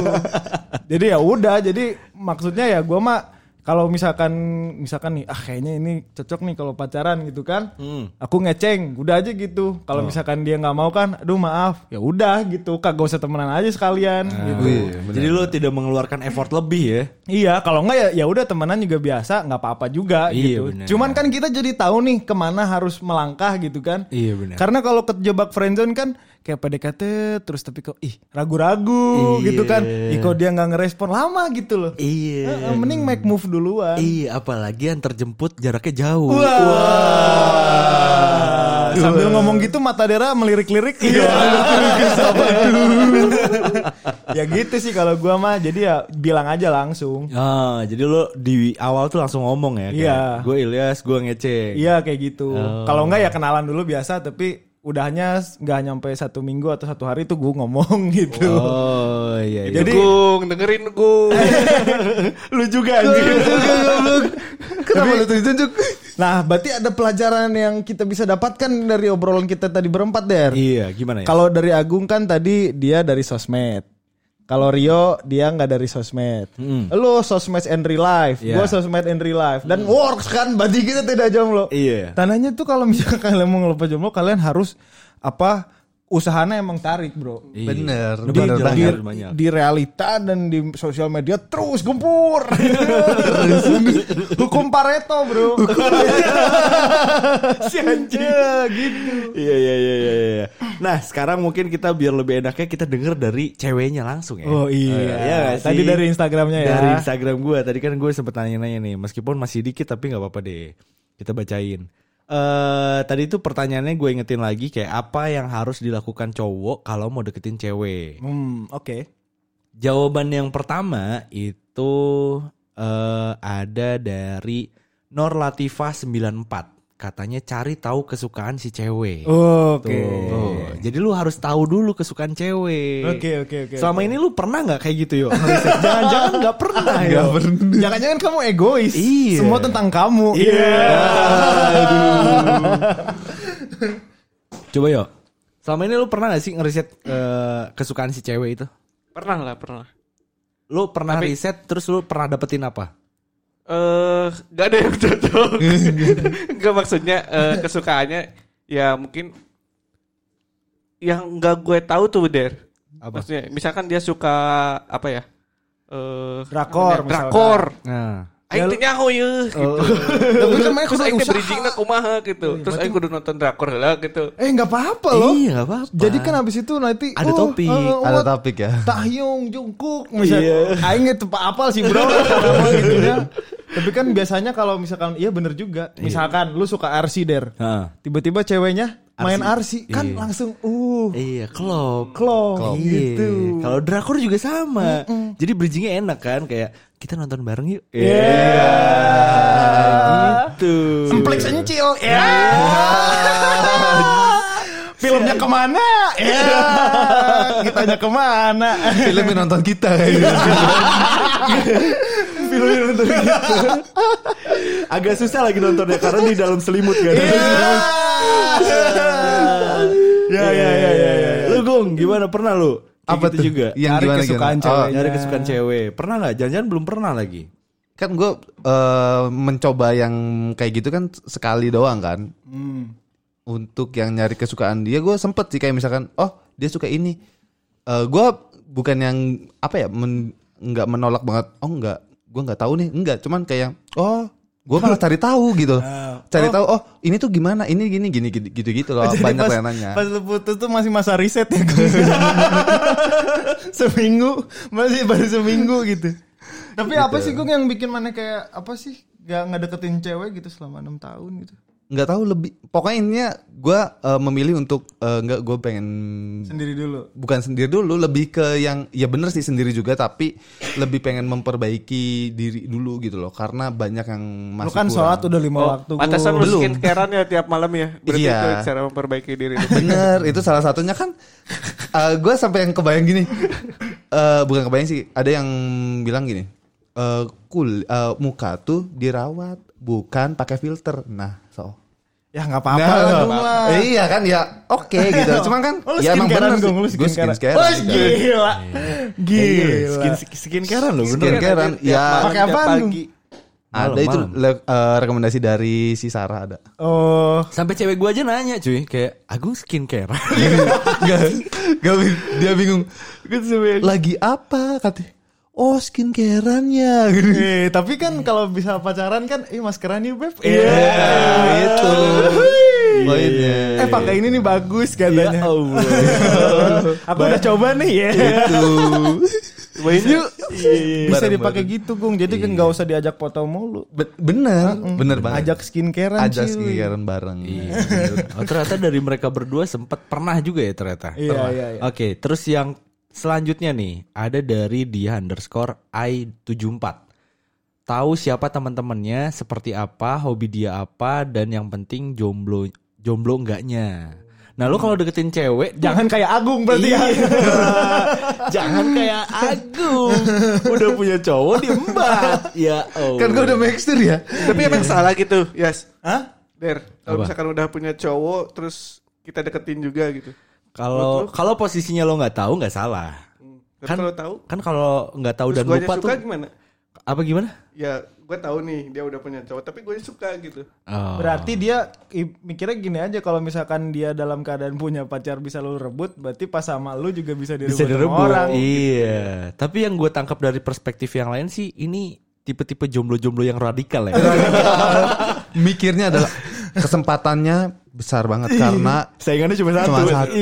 B: [laughs] jadi ya udah, jadi maksudnya ya gua mah kalau misalkan misalkan nih ah kayaknya ini cocok nih kalau pacaran gitu kan. Aku ngeceng, udah aja gitu. Kalau misalkan dia nggak mau kan, aduh maaf. Ya udah gitu, kagak usah temenan aja sekalian gitu.
C: Wih, bener.
A: Jadi lu tidak mengeluarkan effort lebih ya.
B: Iya, kalau enggak ya ya udah temenan juga biasa, nggak apa-apa juga
A: Iya,
B: gitu.
A: bener.
B: Cuman kan kita jadi tahu nih kemana harus melangkah gitu kan.
A: Iya, bener.
B: Karena kalau kejebak friendzone kan kayak PDKT terus tapi kok ih ragu-ragu gitu kan. Ih kok dia nggak ngerespon lama gitu loh.
A: Iya.
B: Eh, eh, mending make move duluan.
A: Iya, apalagi yang terjemput jaraknya jauh.
B: Wah. Sambil ngomong gitu mata Dera melirik-lirik. [laughs] Iya. [laughs] ya gitu sih kalau gua mah jadi ya bilang aja langsung.
A: Ah, jadi lu di awal tuh langsung ngomong ya.
B: Iya.
A: Gue Ilyas, gue ngeceng.
B: Iya kayak gitu.
A: Oh.
B: Kalau enggak ya kenalan dulu biasa, tapi udahnya s- nggak nyampe satu minggu atau satu hari itu gue ngomong [laughs] gitu.
A: Oh iya, iya.
B: Jadi-
D: Gung, dengerin Gung.
A: Eh.
B: Lu juga anjing.
C: Kenapa lu tunjuk?
B: nah, berarti ada pelajaran yang kita bisa dapatkan dari obrolan kita tadi berempat, Der.
A: Iya, gimana ya?
B: Kalau dari Agung kan tadi dia dari sosmed. Kalau Rio dia nggak dari sosmed. Lu sosmed and real life,
A: Hmm. Iya. Hmm.
B: gua sosmed and real life. Dan works kan, berarti kita tidak jomblo.
A: Iya.
B: Tanahnya tuh kalau misalkan [laughs] kalian mau ngelupa jomblo, kalian harus apa? Usahanya emang tarik, bro.
A: Iya.
C: Bener,
A: Lu
B: Di,
C: bener
A: banyak,
B: di,
C: banget.
A: lu banyak.
B: di realita dan di sosial media terus gempur. Hukum Pareto, bro.
A: [laughs]
B: si anjing. gitu.
A: Iya iya iya iya. iya. Nah sekarang mungkin kita biar lebih enaknya kita denger dari ceweknya langsung ya.
B: Oh, iya.
A: nggak sih?
B: Tadi dari Instagramnya ya.
A: Dari Instagram gue. Tadi kan gue sempet nanya-nanya nih. Meskipun masih dikit tapi nggak apa-apa deh. Kita bacain. eh tadi itu pertanyaannya gue ingetin lagi kayak apa yang harus dilakukan cowok kalau mau deketin cewek.
B: Hmm, oke.
A: Jawaban yang pertama itu eh ada dari Nur Latifah 94. Katanya cari tahu kesukaan si cewek.
B: Oke.
A: Tuh. Jadi lu harus tahu dulu kesukaan cewek.
B: Oke, oke, oke.
A: Selama ini lu pernah nggak kayak gitu yo? Ngeriset. Jangan-jangan nggak pernah yo.
C: Gak pernah.
B: Jangan-jangan kamu egois.
A: Iya.
B: Semua tentang kamu. Iya.
A: Coba yo. Selama ini lu pernah gak sih ngeriset eh, kesukaan si cewek itu?
D: Pernah lah, pernah.
A: Lu pernah
D: Tapi-
A: riset terus lu pernah dapetin apa?
D: Eh, gak ada yang cocok. gak maksudnya eh, kesukaannya ya mungkin yang gak gue tahu tuh der.
A: Apa?
D: Maksudnya misalkan dia suka apa ya? Eh,
B: Drakor,
D: namanya, drakor.
A: Nah,
D: Aing teu nyaho yeuh gitu.
B: Tapi kan mana
D: Terus
B: kudu
D: aing teh
B: usaha.
D: bridgingna kumaha gitu. Terus aing kudu nonton drakor lah gitu.
B: Eh, nggak apa-apa loh.
A: Iya, nggak apa-apa.
B: Jadi kan abis itu nanti oh,
A: Ada topik,
C: ada topik ya.
B: Tahyung, Jungkook,
A: Iya.
B: misalnya. Aing tepat apal sih
A: [laughs]
B: bro. Nama gitu ya. Tapi kan biasanya kalau misalkan, iya bener juga. Misalkan lu suka RC der,
A: Heeh.
B: tiba-tiba ceweknya main RC, kan
A: Iya.
B: langsung uh
A: Iya, klop.
B: klop
A: Iya.
B: gitu.
A: Kalau drakor juga sama. Jadi bridgingnya enak kan kayak kita nonton bareng yuk. Iya. Gitu.
B: Semplek sencil,
A: [laughs]
B: ya. Filmnya kemana? Ya.
A: Iya.
B: Kitanya kemana?
C: [laughs] Film yang nonton [laughs] kita kayaknya.
A: [laughs] Agak susah lagi nontonnya karena di dalam selimut
B: Iya.
A: kan.
B: Ya, ya, ya, ya, ya.
A: Lu Gung, gimana pernah lu? Kayak
C: Apa
A: gitu
C: tuh?
A: juga?
C: Yang
B: Nyari
C: gimana,
B: kesukaan
C: gimana?
B: cewek.
A: Nyari kesukaan cewek. Pernah nggak? Jangan-jangan belum pernah lagi.
C: kan gue mencoba yang kayak gitu kan sekali doang kan. Untuk yang nyari kesukaan dia gue sempet sih kayak misalkan oh dia suka ini. Eh gue bukan yang apa ya men- nggak menolak banget. Oh nggak gue nggak tahu nih nggak cuman kayak oh gue malah cari tahu [laughs] gitu cari tahu oh ini tuh gimana ini gini gini gini, gitu gitu [laughs] loh
B: Jadi
C: banyak
B: pas,
C: yang nanya
B: Pas lu putus tuh masih masa riset ya. [laughs] seminggu, masih baru seminggu gitu. Tapi apa sih Gung yang bikin mana kayak apa sih gak ngedeketin cewek gitu selama 6 tahun gitu.
C: nggak tahu lebih pokoknya intinya gue memilih untuk eh, nggak gue pengen
B: Sendiri dulu.
C: bukan sendiri dulu lebih ke yang ya bener sih sendiri juga tapi lebih pengen memperbaiki diri dulu gitu loh karena banyak yang
B: Lu
C: masih
B: kan
C: kurang.
B: sholat udah lima waktu. Gung.
D: Oh, Pantesan lu
C: Belum.
D: skincarean ya tiap malam ya. Berarti
C: Iya.
D: itu cara memperbaiki diri.
C: [laughs]
D: lu.
C: bener itu salah satunya kan gue sampai yang kebayang gini Eh, bukan kebayang sih ada yang bilang gini eh kul eh, muka tuh dirawat bukan pakai filter nah so
B: Ya nggak apa-apa lah
C: Nah,
B: Gung lah.
C: eh, Iya kan ya oke
B: [laughs]
C: gitu. Cuman kan
B: Oh, lu
C: ya emang
B: skincarean,
C: benar
B: Gung, lu
C: sih. Iya. Gue
B: skincarean. Oh, iya.
C: skincare.
B: Wah, gila.
C: iya.
B: Gila.
A: Iya, Skin skincarean lo bener.
C: Skincarean ya
B: malam, iya. Pakai apaan, Gung?
C: ada
A: Malam,
C: itu
A: malam.
C: le- eh, rekomendasi dari si Sarah ada. [laughs]
B: Oh,
A: Sampai cewek gua aja nanya cuy, kayak Agung skincare.
B: Iya.
C: Gak, gak, dia bingung. Lagi apa katanya? Oh skincarean ya. Gitu.
B: eh, tapi kan kalau bisa pacaran kan, eh maskeran yuk beb.
C: Nah, itu
A: Iya.
C: poinnya.
B: Eh pakai ini nih bagus katanya. [laughs] Aku udah coba nih ya. Iya,
C: Itu.
B: Bisa
C: Bareng-bareng.
B: dipakai gitu, Gung. Jadi kan nggak usah diajak foto mulu.
C: [laughs] Be- bener, bener banget.
B: Ajak skincarean
C: Ajak
B: cuy.
C: skincarean bareng. Iya.
A: oh, ternyata dari mereka berdua sempat pernah juga ya ternyata.
B: Iya,
A: Pernah.
B: iya, iya.
A: Oke, terus yang selanjutnya nih ada dari dia underscore i74. Tahu siapa teman-temannya, seperti apa, hobi dia apa, dan yang penting jomblo jomblo enggaknya. Nah lo kalau deketin cewek
B: Jangan
A: jangan
B: kayak Agung berarti
A: Iya.
B: ya.
A: [laughs] jangan kayak Agung udah punya cowok diembat [laughs] ya oh
C: Kan gue udah make sure ya.
D: Tapi emang salah gitu, Yes.
B: Hah?
D: Der, kalau
A: Apa?
D: misalkan udah punya cowok terus kita deketin juga gitu.
A: kalau kalau posisinya lo nggak tahu nggak salah
D: Terus kalau tahu
A: kan kalau nggak tahu
D: terus
A: dan
D: gue
A: lupa
D: suka
A: tuh
D: gimana?
A: apa gimana
D: Ya, gue tahu nih dia udah punya cowok, tapi gue suka gitu.
A: Oh.
B: Berarti dia i- mikirnya gini aja kalau misalkan dia dalam keadaan punya pacar bisa lu rebut, berarti pas sama lu juga bisa direbut,
A: bisa
B: sama
A: direbut
B: orang.
A: iya tapi yang gue tangkap dari perspektif yang lain sih ini tipe-tipe jomblo-jomblo yang radikal ya
C: [laughs] Mikirnya adalah kesempatannya besar
B: Iya.
C: banget karena
A: saingannya cuma satu Iya.
C: cuma satu.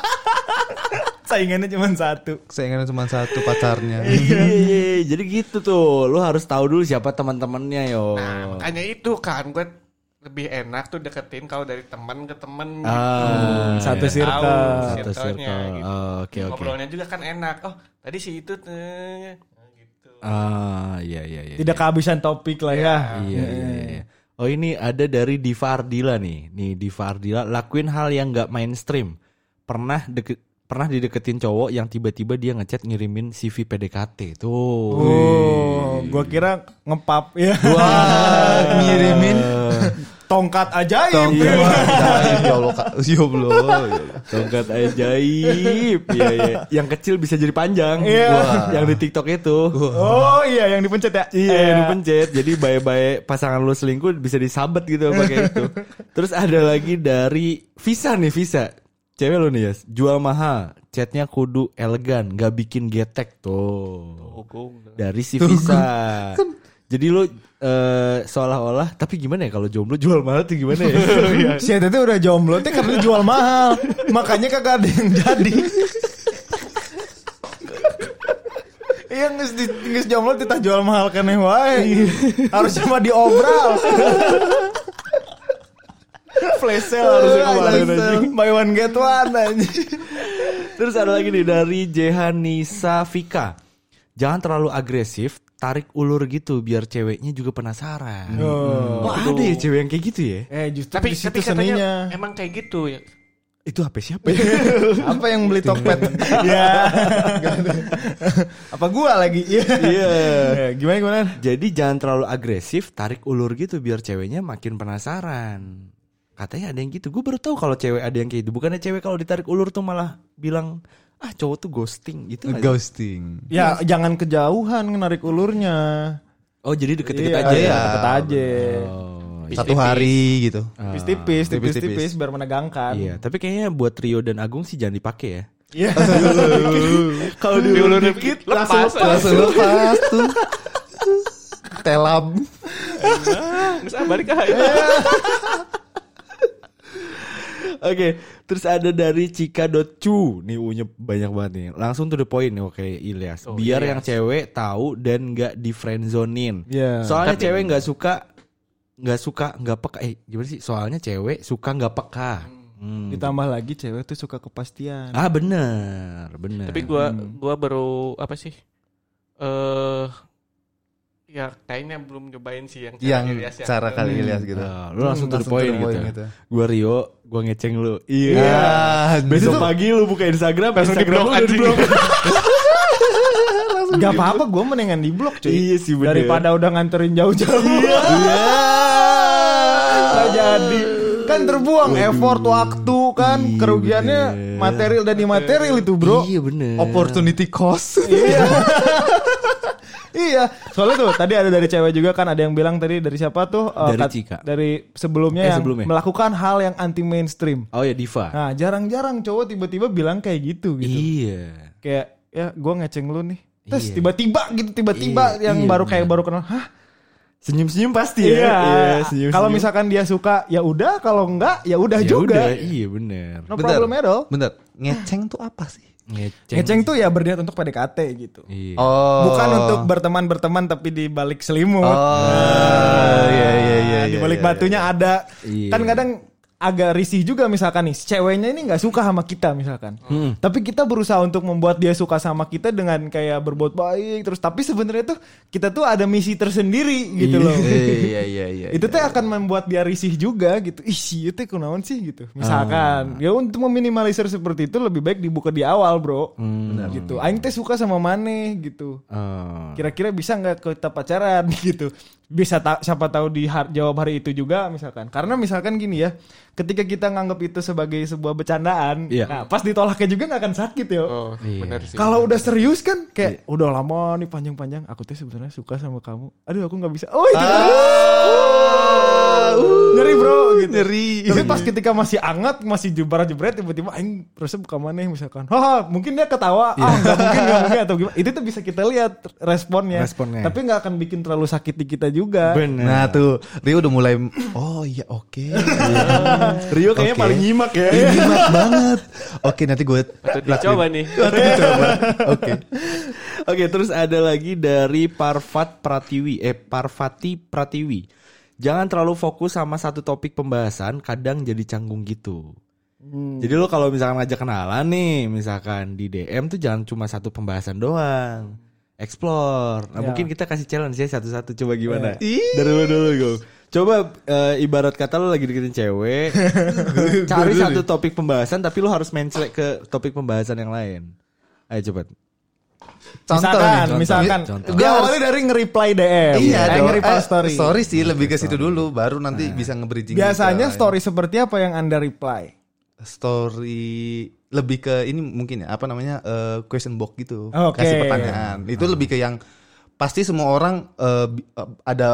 B: [laughs] Saingannya cuma satu.
C: Saingannya cuma satu pacarnya.
A: Iya, iya, iya. jadi gitu tuh lo harus tahu dulu siapa teman-temannya yo
D: Nah, makanya itu kan gue lebih enak tuh deketin kalau dari teman ke teman
A: Ah,
B: satu
A: iya.
B: circle.
D: Tahu
A: Satu
D: circle-nya
A: circle.
D: gitu.
A: Oh, Oke oke.
D: Ngobrolnya juga kan enak. Oh, tadi si itu tuh Nah, gitu.
A: Ah iya iya iya.
B: Tidak kehabisan topik lah ya.
A: Iya, iya, iya, iya. Oh ini ada dari Diva Ardila nih. Nih Diva Ardila lakuin hal yang nggak mainstream. Pernah deket pernah dideketin cowok yang tiba-tiba dia ngechat ngirimin CV PDKT. Tuh.
B: Oh, gua kira ngepap ya.
C: Wah,
B: [laughs]
C: ngirimin
B: Tongkat ajaib.
A: Iya,
B: Iya.
C: tongkat
A: [laughs]
C: ajaib ya Allah. Kak. Ya Allah. ya Allah.
A: Tongkat ajaib. Iya, iya. Yang kecil bisa jadi panjang.
B: Iya.
A: Wah, yang di TikTok itu.
B: Oh iya yang dipencet ya.
A: Iya,
B: Eh,
A: yang dipencet. Jadi bye-bye pasangan lu selingkuh bisa disabet gitu pakai itu. Terus ada lagi dari Visa nih, Visa. Cewek lu nih, Yas. Jual mahal, chatnya kudu elegan, gak bikin getek tuh. Dari si Visa. Jadi lu eh, seolah-olah tapi gimana ya kalau jomblo jual mahal tuh gimana ya?
B: Si Eta tuh udah jomblo teh karena jual mahal. Makanya kagak ada yang jadi. Iya nges, di, nges jomblo teh tah jual mahal keneh wae. Harus sama diobral. Flash sale harusnya kemarin Eh, anjing. Buy one get one anjing.
A: Terus ada lagi nih dari Jehanisa Vika. Jangan terlalu agresif, tarik ulur gitu biar ceweknya juga penasaran.
B: Oh.
A: Wah ada ya cewek yang kayak gitu ya?
B: Eh justru
D: Tapi
B: di situ
D: tapi katanya
B: seninya.
D: emang kayak gitu ya.
A: Itu HP siapa ya?
B: [laughs] Apa yang beli Tokped? ya. Apa gua lagi? Iya. Ya, Gimana gimana?
A: Jadi jangan terlalu agresif, tarik ulur gitu biar ceweknya makin penasaran. Katanya ada yang gitu. Gue baru tahu kalau cewek ada yang kayak gitu. Bukannya cewek kalau ditarik ulur tuh malah bilang ah cowok tuh ghosting gitu. nggak sih?
C: Ghosting.
B: Ya jangan kejauhan narik ulurnya.
A: Oh jadi
B: Iya,
A: deket-deket aja ya?
B: iya, deket aja.
A: Oh, iya.
C: Satu hari gitu.
B: Tipis-tipis,
C: tipis-tipis.
B: tipis-tipis biar menegangkan.
A: Iya, tapi kayaknya buat Rio dan Agung sih jangan dipakai ya.
B: Iya.
D: Kalau diulur dikit lepas.
C: Langsung lepas
A: [laughs]
C: tuh. Telap.
D: Terus ah, balik aja.
A: Oke, terus ada dari Cika.cu Nih U-nya banyak banget nih Langsung to the point nih oke Ilyas
D: Oh,
A: Biar
D: Ilyas.
A: yang cewek tahu dan nggak di friendzonin
B: Iya.
A: Soalnya cewek nggak suka nggak suka nggak peka Eh gimana sih? Soalnya cewek suka nggak peka Hmm.
B: Ditambah lagi cewek tuh suka kepastian.
A: Ah bener, bener
D: Tapi gua gua baru apa sih? Eh ya kayaknya belum nyobain sih yang cara
C: Yang
D: Ilyas ya.
C: cara kali lihat gitu.
A: Ah, Lu langsung to the
C: Langsung
A: point gitu Gua Rio, gua ngeceng lu Iya
C: Ya,
A: Besok pagi lu buka Instagram
D: Langsung
A: Instagram lu
D: diblok
A: udah
D: anjing.
A: diblok.
B: Gak apa-apa gue mendingan di blok cuy.
A: Iya sih, bener.
B: Daripada udah nganterin jauh-jauh. Iya.
A: Ah.
B: jadi. Kan terbuang effort waktu kan kerugiannya material dan imaterial itu bro.
A: Iya bener
C: opportunity cost.
B: Iya. iya. Soalnya tuh tadi ada dari cewek juga kan ada yang bilang tadi dari siapa tuh eh,
A: Dari
B: kat-
A: Cika.
B: dari sebelumnya
A: Eh,
B: yang
A: sebelumnya.
B: melakukan hal yang anti mainstream.
A: Oh ya Diva
B: Nah, jarang-jarang cowok tiba-tiba bilang kayak gitu gitu.
A: Iya
B: Kayak ya gua ngeceng lu nih. Terus
A: Iya.
B: tiba-tiba gitu tiba-tiba
A: Iya,
B: yang
A: iya,
B: baru
A: bener.
B: kayak baru kenal. Hah?
A: Senyum-senyum pasti ya.
B: Iya.
A: senyum-senyum.
B: kalau misalkan dia suka ya udah, kalau enggak ya udah
A: Ya
B: juga.
A: udah, iya bener.
C: Oh.
B: No problem at all.
C: Bentar, ngeceng tuh apa sih?
A: Ngeceng.
B: Ngeceng tuh ya berniat untuk PDKT gitu.
A: Iya.
C: Oh.
B: Bukan untuk berteman-berteman tapi di balik
C: Nah,
B: selimut.
C: Oh, iya iya iya.
B: Nah, di
C: iya,
B: balik
C: iya.
B: batunya ada.
A: Iya.
B: Kan kadang agak risih juga misalkan nih, si ceweknya ini nggak suka sama kita misalkan.
C: Hmm.
B: Tapi kita berusaha untuk membuat dia suka sama kita dengan kayak berbuat baik terus tapi sebenarnya tuh kita tuh ada misi tersendiri gitu loh. [laughs]
C: Iya iya iya.
B: Itu teh akan membuat dia risih juga gitu. Ih, si itu kunaon sih gitu.
C: Ah.
B: Misalkan, ya untuk meminimalisir seperti itu lebih baik dibuka di awal, Bro.
C: Hmm.
B: gitu. Aing teh suka sama Mane gitu
A: Ah.
B: kira-kira bisa nggak kita pacaran [laughs] gitu bisa ta- siapa tahu di har- jawab hari itu juga misalkan karena misalkan gini ya ketika kita nganggap itu sebagai sebuah bercandaan
A: Iya.
B: nah pas ditolaknya juga nggak akan sakit ya
D: Oh,
A: Iya.
D: benar sih.
B: kalau udah serius kan kayak udah lama nih panjang-panjang aku tuh sebenarnya suka sama kamu aduh aku nggak bisa oh itu Uh, nyeri bro gitu tapi pas ketika masih anget masih jubara jebret tiba-tiba aing terusnya buka mana misalkan haha mungkin dia ketawa ah nggak mungkin nggak mungkin atau gimana itu tuh bisa kita lihat responnya,
A: Responnya.
B: tapi nggak akan bikin terlalu sakit di kita juga
A: Bener.
C: Nah tuh Rio udah mulai Oh iya oke
A: Rio kayaknya
C: Oke.
A: paling nyimak ya.
C: Ini [laughs] jimat banget Oke nanti gue
D: Patut dicoba nih.
C: Oke
A: Oke, terus ada lagi dari Parvat Pratiwi. Eh, Parvati Pratiwi. Jangan terlalu fokus sama satu topik pembahasan, kadang jadi canggung gitu. Jadi lo kalau misalkan ngajak kenalan nih, misalkan di DM tuh jangan cuma satu pembahasan doang. Explore. Nah,
B: Ya.
A: mungkin kita kasih challenge ya satu-satu coba gimana? Dari lo dulu gue. Coba eh, ibarat kata lo lagi deketin cewek, cari satu topik pembahasan tapi lo harus mencret ke topik pembahasan yang lain. Ayo cepet.
B: misalkan,
A: contoh.
B: misalkan.
A: Contoh.
B: Dia awalnya dari nge-reply DM. eh,
C: dong.
B: nge-reply
C: Eh,
B: story.
C: Story sih lebih ke situ dulu baru nanti bisa nge-bridging. gitu.
B: Biasanya
C: ke-
B: story seperti apa yang Anda reply?
C: story lebih ke ini mungkin ya apa namanya eh, question box gitu.
B: Oke.
C: Kasih pertanyaan. Itu lebih ke yang pasti semua orang eh, bi- eh, ada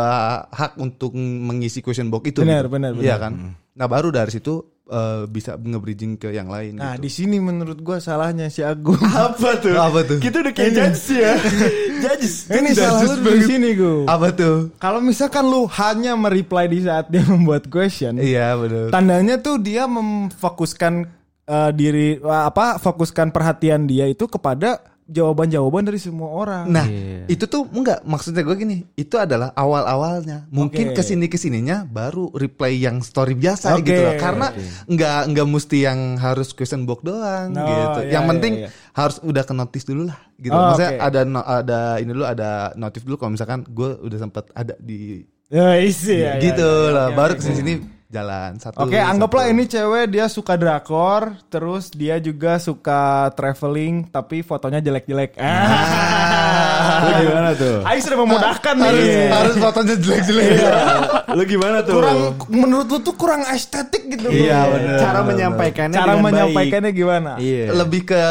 C: hak untuk mengisi question box itu.
B: Benar,
C: gitu.
B: benar,
C: Iya kan? Nah, baru dari situ eh, bisa nge-bridging ke yang lain
B: Nah,
C: gitu.
B: di sini menurut gua salahnya si Agung.
C: Apa tuh? Apa tuh?
A: Kita udah kayak judges
B: [laughs]
A: ya. judges.
B: Ini salah lu
C: Darsus
B: di
C: banget.
B: sini gua.
C: Apa tuh?
B: Kalau misalkan lu hanya mereply di saat dia [laughs] membuat question,
C: Iya, benar.
B: tandanya tuh dia memfokuskan eh, diri apa fokuskan perhatian dia itu kepada jawaban-jawaban dari semua orang.
C: Nah, itu tuh enggak maksudnya gue gini, itu adalah awal-awalnya. Mungkin
B: Oke.
C: kesini kesininya baru replay yang story biasa
B: Oke.
C: gitu loh. Karena enggak enggak mesti yang harus question box doang
B: No,
C: gitu.
B: iya,
C: yang
B: iya,
C: penting
B: iya.
C: harus udah ke notice dulu lah gitu.
B: Oh,
C: maksudnya
B: oke.
C: ada no- ada ini dulu ada notif dulu kalau misalkan gue udah sempat ada di
B: Ya, isi ya, ya,
C: gitu
B: ya, ya,
C: lah.
B: ya,
C: baru
B: ya.
C: kesini sini jalan satu.
B: Oke, anggaplah ini cewek dia suka drakor, terus dia juga suka traveling tapi fotonya jelek-jelek. Ah.
A: Lu gimana tuh? Iya.
B: Aing sudah memudahkan
C: harus
B: nih.
C: harus fotonya jelek-jelek.
A: Lu gimana tuh?
B: Kurang menurut lu tuh kurang estetik gitu.
A: Iya,
B: Bro.
A: bener.
B: Cara
A: Bener,
B: menyampaikannya cara menyampaikannya gimana?
A: Iya.
C: Lebih ke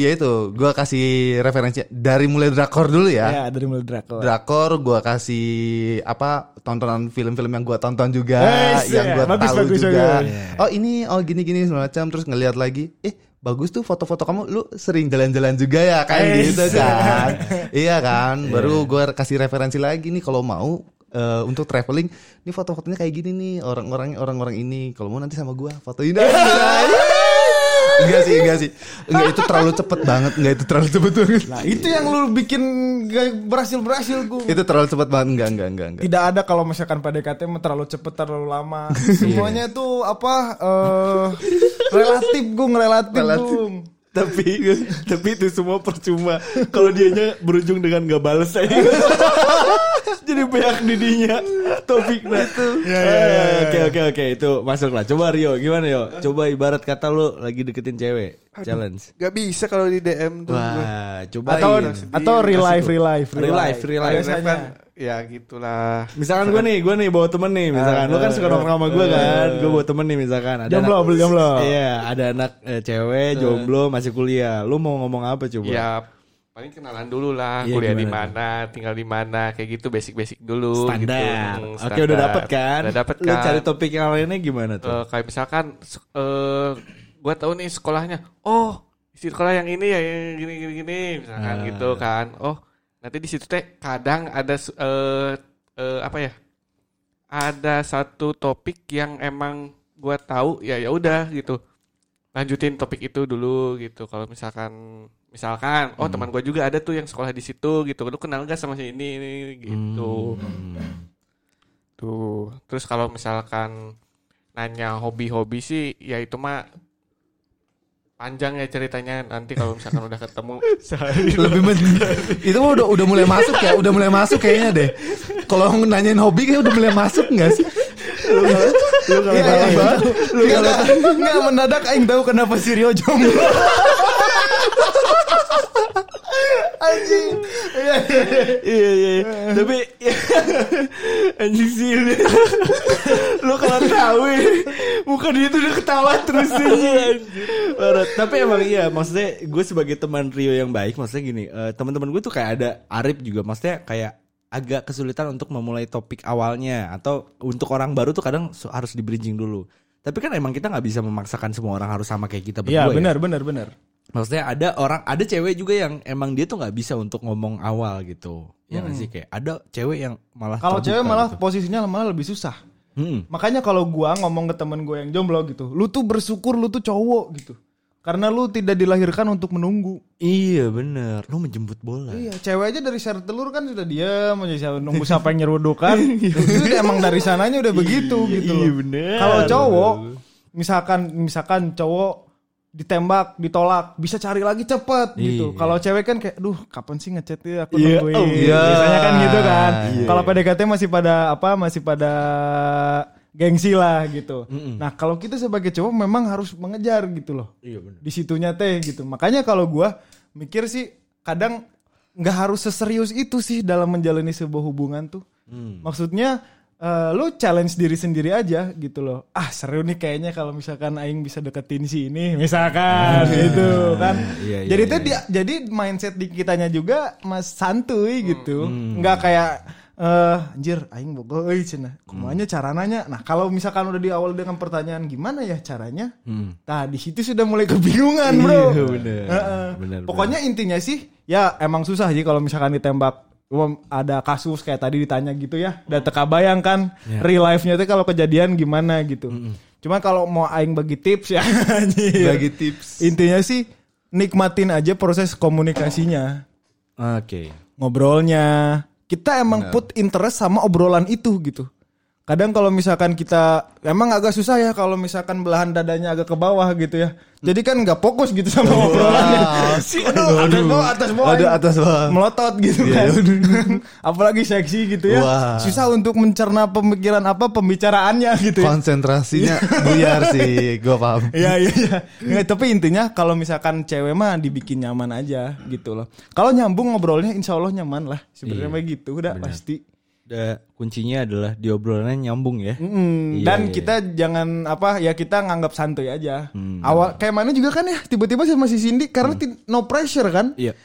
C: ya itu, gue kasih referensi dari mulai drakor dulu ya.
B: Ya, dari mulai drakor.
C: drakor gua kasih apa tontonan film-film yang gua tonton juga
B: Wes,
C: yang
B: ya.
C: gua
B: Bagus,
C: tahu
B: bagus,
C: juga
B: bagus.
C: oh ini oh gini gini segala macam terus ngelihat lagi eh bagus tuh foto-foto kamu lu sering jalan-jalan juga ya kan
B: Wes.
C: gitu
B: [laughs]
C: kan iya kan baru gua kasih referensi lagi nih kalau mau eh, untuk traveling ini foto-fotonya kayak gini nih orang-orang orang-orang ini kalau mau nanti sama gua fotoin
B: [laughs]
C: Enggak sih, enggak sih. Enggak itu terlalu cepet banget, enggak itu terlalu cepet banget.
B: Nah, itu yang lu bikin gak berhasil-berhasil gue.
C: Itu terlalu cepet banget, enggak, enggak, enggak, enggak.
B: Tidak ada kalau misalkan PDKT mah terlalu cepet terlalu [laughs] lama. Semuanya tuh apa eh relatif gue relatif,
C: Relatif.
B: Gung.
A: tapi tapi itu semua percuma kalau dianya berujung dengan gak bales aja [laughs] jadi banyak didinya topik itu
B: Ya,
A: oke oke oke itu masuk lah coba Rio gimana yo coba ibarat kata lu lagi deketin cewek challenge
E: Gak bisa kalau di DM tuh. gua.
A: wah coba
B: Atau atau real life, Iya, real life,
A: real life real life
E: Karena kan, ya gitulah.
A: misalkan gue nih gue nih bawa temen nih misalkan lu kan suka nongkrong sama gue kan gue bawa temen nih misalkan ada
B: Jomblo,
A: anak-
B: beli jomblo.
A: iya ada anak eh, cewek jomblo masih kuliah lu mau ngomong apa coba
B: Iya,
D: Ya paling kenalan dulu lah,
A: Iya,
D: kuliah di
A: gimana?
D: mana, tinggal di mana, kayak gitu basic-basic dulu.
A: standar.
D: gitu. Hmm,
A: Oke udah
D: standar.
A: dapet kan?
D: Udah dapet
A: Lu
D: kan.
A: cari topik yang lainnya gimana tuh?
D: Eh, kayak misalkan sek- eh gua tahu nih sekolahnya. Oh, di sekolah yang ini ya yang gini gini gini misalkan gitu kan. Oh, nanti di situ teh kadang ada su- eh eh, apa ya? Ada satu topik yang emang gua tahu ya ya udah gitu. Lanjutin topik itu dulu gitu. Kalau misalkan misalkan oh teman gua juga ada tuh yang sekolah di situ gitu. Lu kenal gak sama si ini, ini gitu. Tuh. Terus kalau misalkan nanya hobi-hobi sih ya itu mah panjang ya ceritanya nanti kalau misalkan udah ketemu
C: lebih men- itu mah udah udah mulai masuk ya udah mulai masuk kayaknya deh kalau nanyain hobi kayak udah mulai masuk nggak sih
B: Iya, iya, iya. Nggak, nggak, nggak, mendadak aing tahu kenapa si Rio jomblo. Anjing. Iya, iya, iya.
A: Iya iya. iya. Tapi [laughs] anjing sih. [laughs] ini. Lu kalau tahu ya, muka dia tuh udah ketawa terus ini. [laughs] Parah. Tapi emang iya, maksudnya gue sebagai teman Rio yang baik, maksudnya gini, eh, teman-teman gue tuh kayak ada Arif juga, maksudnya kayak agak kesulitan untuk memulai topik awalnya atau untuk orang baru tuh kadang su- harus di bridging dulu. Tapi kan emang kita nggak bisa memaksakan semua orang harus sama kayak kita
B: Iya,
A: berdua. ya.
B: benar, benar, benar.
A: Maksudnya ada orang, ada cewek juga yang emang dia tuh nggak bisa untuk ngomong awal gitu. Ya nggak sih kayak ada cewek yang malah
B: Kalau
A: terbuka
B: cewek malah
A: gitu. Hmm.
B: posisinya malah lebih susah.
A: Mm-mm.
B: Makanya kalau gua ngomong ke temen gue yang jomblo gitu, lu tuh bersyukur lu tuh cowok gitu. Karena lu tidak dilahirkan untuk menunggu.
A: Iya bener, lu menjemput bola.
B: Iya, cewek aja dari share telur kan sudah diam aja siapa- nunggu siapa yang [laughs] nyerudukan. itu emang dari sananya udah begitu gitu loh.
A: iya bener.
B: Kalau cowok misalkan misalkan cowok ditembak, ditolak, bisa cari lagi cepet gitu.
A: Iya.
B: Kalau cewek kan kayak, duh kapan sih ngechat ya aku
A: Iya,
B: nungguin.
A: oh, iya.
B: Biasanya kan gitu kan.
A: Iya.
B: Kalau PDKT masih pada apa? Masih pada gengsi lah gitu. Nah kalau kita sebagai cowok memang harus mengejar gitu loh
A: Iya bener.
B: di situnya teh gitu. Makanya kalau gua mikir sih kadang nggak harus seserius itu sih dalam menjalani sebuah hubungan tuh.
A: Hmm.
B: Maksudnya eh, lu challenge diri sendiri aja gitu loh. Ah seru nih kayaknya kalau misalkan aing bisa deketin si ini misalkan gitu kan.
A: Ah, iya, iya,
B: jadi
A: iya,
B: tuh dia jadi mindset di kitanya juga mas santuy gitu.
A: Hmm.
B: nggak kayak eh anjir aing bogo euy
A: Hmm.
B: cenah. Kumanya carananya. Nah, kalau misalkan udah di awal dengan pertanyaan gimana ya caranya? Nah, di situ sudah mulai kebingungan, Bro.
A: Hmm. Iya, bener.
B: Heeh.
A: Bener,
B: Pokoknya intinya sih ya emang susah sih kalau misalkan ditembak Wah, ada kasus kayak tadi ditanya gitu ya.
C: Hmm.
B: Dan teka bayang kan
C: Ya.
B: real life-nya tuh kalau kejadian gimana gitu. Cuma kalau mau aing bagi tips ya [laughs] anjir.
C: Hmm. Bagi tips.
B: Intinya sih nikmatin aja proses komunikasinya
A: Oke.
B: ngobrolnya. Kita emang put interest sama obrolan itu gitu. Kadang kalau misalkan kita emang agak susah ya kalau misalkan belahan dadanya agak ke bawah gitu ya. Jadi kan nggak fokus gitu sama obrolannya. Si, aduh, atas bawah atas bawah.
C: Ada atas bawah.
B: Melotot gitu kan. [laughs] Apalagi seksi gitu ya.
C: Wah.
B: Susah untuk mencerna pemikiran apa pembicaraannya gitu ya.
C: Konsentrasinya buyar sih, gua paham.
B: Iya iya iya. Nggak, tapi intinya kalau misalkan cewek mah dibikin nyaman aja gitu loh. Kalau nyambung ngobrolnya insya Allah nyaman lah. Sebenarnya mah gitu udah pasti.
A: Da- kuncinya adalah di obrolannya nyambung ya.
B: Mm,
A: Iya,
B: dan
A: iya.
B: kita jangan apa ya kita nganggap santuy aja.
A: Hmm.
B: Awal kayak mana juga kan ya tiba-tiba sama si Cindy karena ti- no pressure kan.
A: Iya.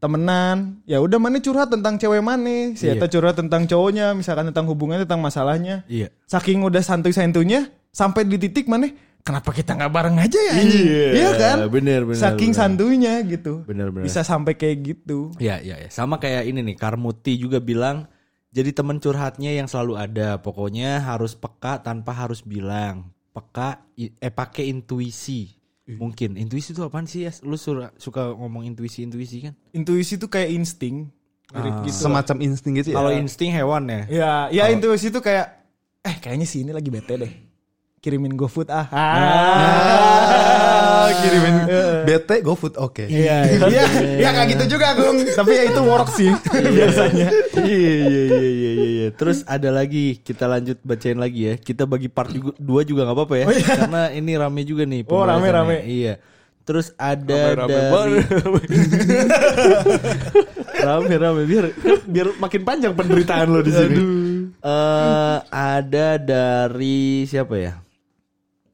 B: Temenan, ya udah mana curhat tentang cewek mana, si Eta curhat tentang cowoknya, misalkan tentang hubungannya, tentang masalahnya.
A: Iya.
B: Saking udah santuy-santunya sampai di titik mana kenapa kita nggak bareng aja ya? anjing?
A: Iya,
B: Iya kan?
A: bener, bener,
B: Saking
A: bener.
B: santuinya gitu.
A: Bener, bener.
B: Bisa sampai kayak gitu.
A: Ya, ya, ya. Sama kayak ini nih, Karmuti juga bilang jadi teman curhatnya yang selalu ada. Pokoknya harus peka tanpa harus bilang. Peka i- eh pakai intuisi. Mungkin intuisi itu apaan sih ya? Lu sura- suka ngomong intuisi-intuisi kan?
B: Intuisi tuh kayak insting. Mirip
A: Ah,
B: gitu.
C: Semacam insting gitu ya.
A: Kalau insting hewan ya.
B: Ya, ya intuisi tuh kayak eh kayaknya si ini lagi bete deh. Kirimin GoFood ah.
C: Ah, kirimin bete GoFood oke.
B: Iya, iya, iya kayak gitu juga, Gung. Tapi ya itu work [laughs] sih biasanya.
A: Iya iya iya iya iya, iya. Terus ada lagi kita lanjut bacain lagi ya. Kita bagi part juga, dua juga nggak apa-apa ya. Karena ini rame juga nih.
B: iya. Oh, rame, rame.
A: pembahasannya. Iya. Terus ada dari rame rame biar biar makin panjang penderitaan lo di sini. Eh, ada dari siapa ya?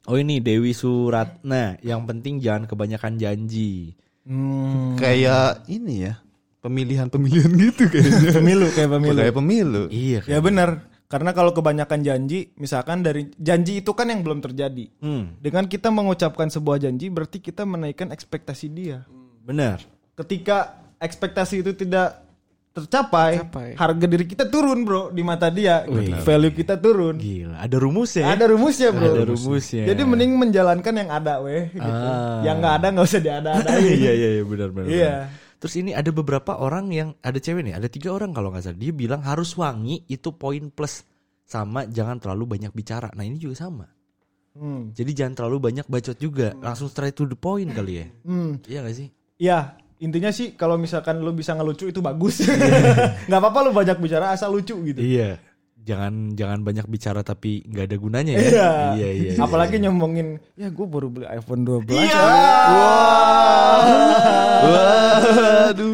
A: Oh ini Dewi Suratna. Yang penting jangan kebanyakan janji.
B: Hmm.
C: Kayak ini ya. Pemilihan-pemilihan gitu kayaknya.
B: Pemilu kayak pemilu.
C: Kayak pemilu.
A: Iya.
B: Ya benar. Karena kalau kebanyakan janji, misalkan dari janji itu kan yang belum terjadi.
A: Hmm,
B: Dengan kita mengucapkan sebuah janji berarti kita menaikkan ekspektasi dia.
A: benar.
B: Ketika ekspektasi itu tidak tercapai,
E: Tercapai.
B: harga diri kita turun, Bro, di mata dia. gitu. Value kita turun.
A: Gila, ada rumusnya. ya?
B: Ada rumusnya, Bro.
A: Ada rumusnya.
B: Jadi mending menjalankan yang ada, weh, gitu.
A: Ah.
B: Yang nggak ada nggak usah diada-adain.
A: [laughs] [laughs] iya iya iya benar benar.
B: Iya.
A: benar. Terus ini ada beberapa orang yang ada cewek nih, ada tiga orang kalau nggak salah dia bilang harus wangi itu poin plus sama jangan terlalu banyak bicara. Nah ini juga sama.
B: Hmm.
A: Jadi jangan terlalu banyak bacot juga, langsung straight to the point kali ya.
B: Hmm.
A: Iya gak sih?
B: Ya, intinya sih kalau misalkan lu bisa ngelucu itu bagus. [laughs] nggak apa-apa lu banyak bicara asal lucu [laughs] gitu.
A: Iya. Jangan jangan banyak bicara tapi nggak ada gunanya ya. iya iya. iya.
B: Apalagi nyombongin, ya gue baru beli iPhone 12.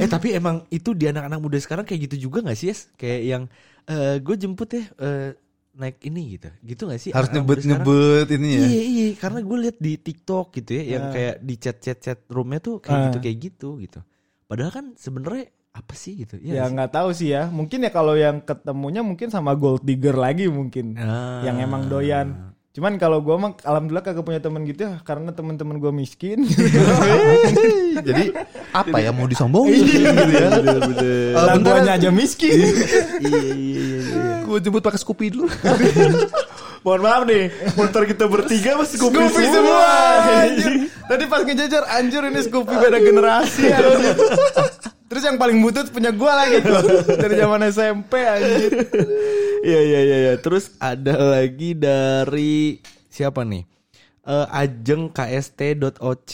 A: Eh tapi emang itu di anak-anak muda sekarang kayak gitu juga gak sih Yes? Kayak yang eh gue jemput ya eh, naik ini gitu. Gitu gak sih?
C: Harus
A: anak-anak muda sekarang?
C: nyebut-nyebut ini ya.
A: Iya iya karena gue lihat di TikTok gitu ya yang kayak di chat chat chat roomnya tuh kayak gitu kayak gitu gitu. Padahal kan sebenarnya apa sih gitu?
B: Ya
A: nggak sih?
B: nggak tahu sih ya. Mungkin ya kalau yang ketemunya mungkin sama gold digger lagi mungkin.
A: Ah.
B: Yang emang doyan. Cuman kalau gua mah alhamdulillah kagak punya teman gitu ya karena teman-teman gua miskin.
C: Jadi apa ya mau
A: Iya,
C: disombongin gitu ya.
A: Oh,
C: Eh,
B: Orang
C: bentar,
B: tuanya aja miskin.
A: iya iya iya. iya.
C: gue jemput pakai Scoopy dulu.
A: Mohon maaf nih, [laughs] motor kita bertiga [laughs] mas Scoopy,
B: Scoopy semua anjir. Tadi pas ngejajar Anjir ini Scoopy beda generasi anjir. Terus yang paling butut punya gua lagi tuh Dari zaman SMP anjir
A: Iya iya iya iya. Terus ada lagi dari siapa nih? Eh ajeng kst.oc.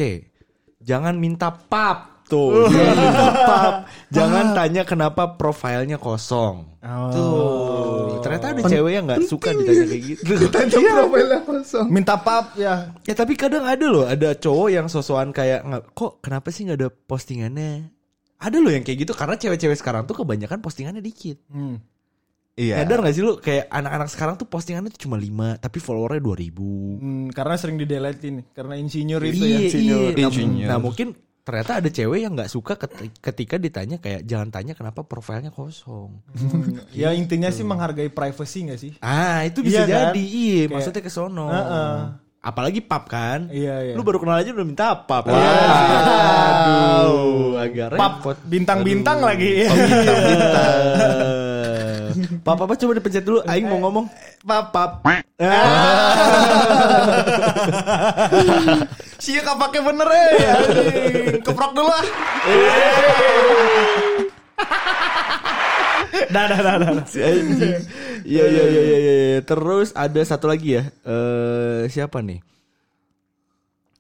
A: Jangan minta pap tuh. Jangan minta pap. Jangan tanya kenapa profilnya kosong. Tuh. Ternyata ada cewek yang nggak suka ditanya kayak gitu. Iya.
C: Profilnya kosong.
B: Minta pap ya
A: ya tapi kadang ada loh, ada cowok yang sosokan kayak nggak kok kenapa sih nggak ada postingannya? Ada loh yang kayak gitu karena cewek-cewek sekarang tuh kebanyakan postingannya dikit.
B: Hmm, Ya.
C: Iya.
A: Sadar gak sih lu kayak anak-anak sekarang tuh postingannya tuh cuma 5 tapi followernya 2000.
B: Hmm, Karena sering dideletin Karena insinyur itu ya
A: Iya, iya. Nah,
C: Insinyur.
A: Nah, mungkin ternyata ada cewek yang nggak suka keti- ketika ditanya kayak jangan tanya kenapa profilnya kosong.
B: Ya intinya sih menghargai privacy gak sih
A: Ah, itu bisa
B: Iya, kan?
A: jadi. Iya,
B: Kayak-
A: maksudnya ke sono.
B: Heeh.
A: Apalagi pap kan?
B: Iya, iya.
A: Lu baru kenal aja udah minta pap. Wah. Aduh, agak
B: Pap
A: repot.
B: bintang-bintang lagi
A: Oh, iya. Pap apa coba dipencet dulu aing
B: Eh,
A: mau ngomong. Eh. Pap pap.
B: [laughs] Siap pakai bener ya anjing. Keprok dulu ah
A: [laughs] Dah dah dah dah. Si anjing. Iya iya iya iya iya. iya. Terus ada satu lagi ya. Eh siapa nih?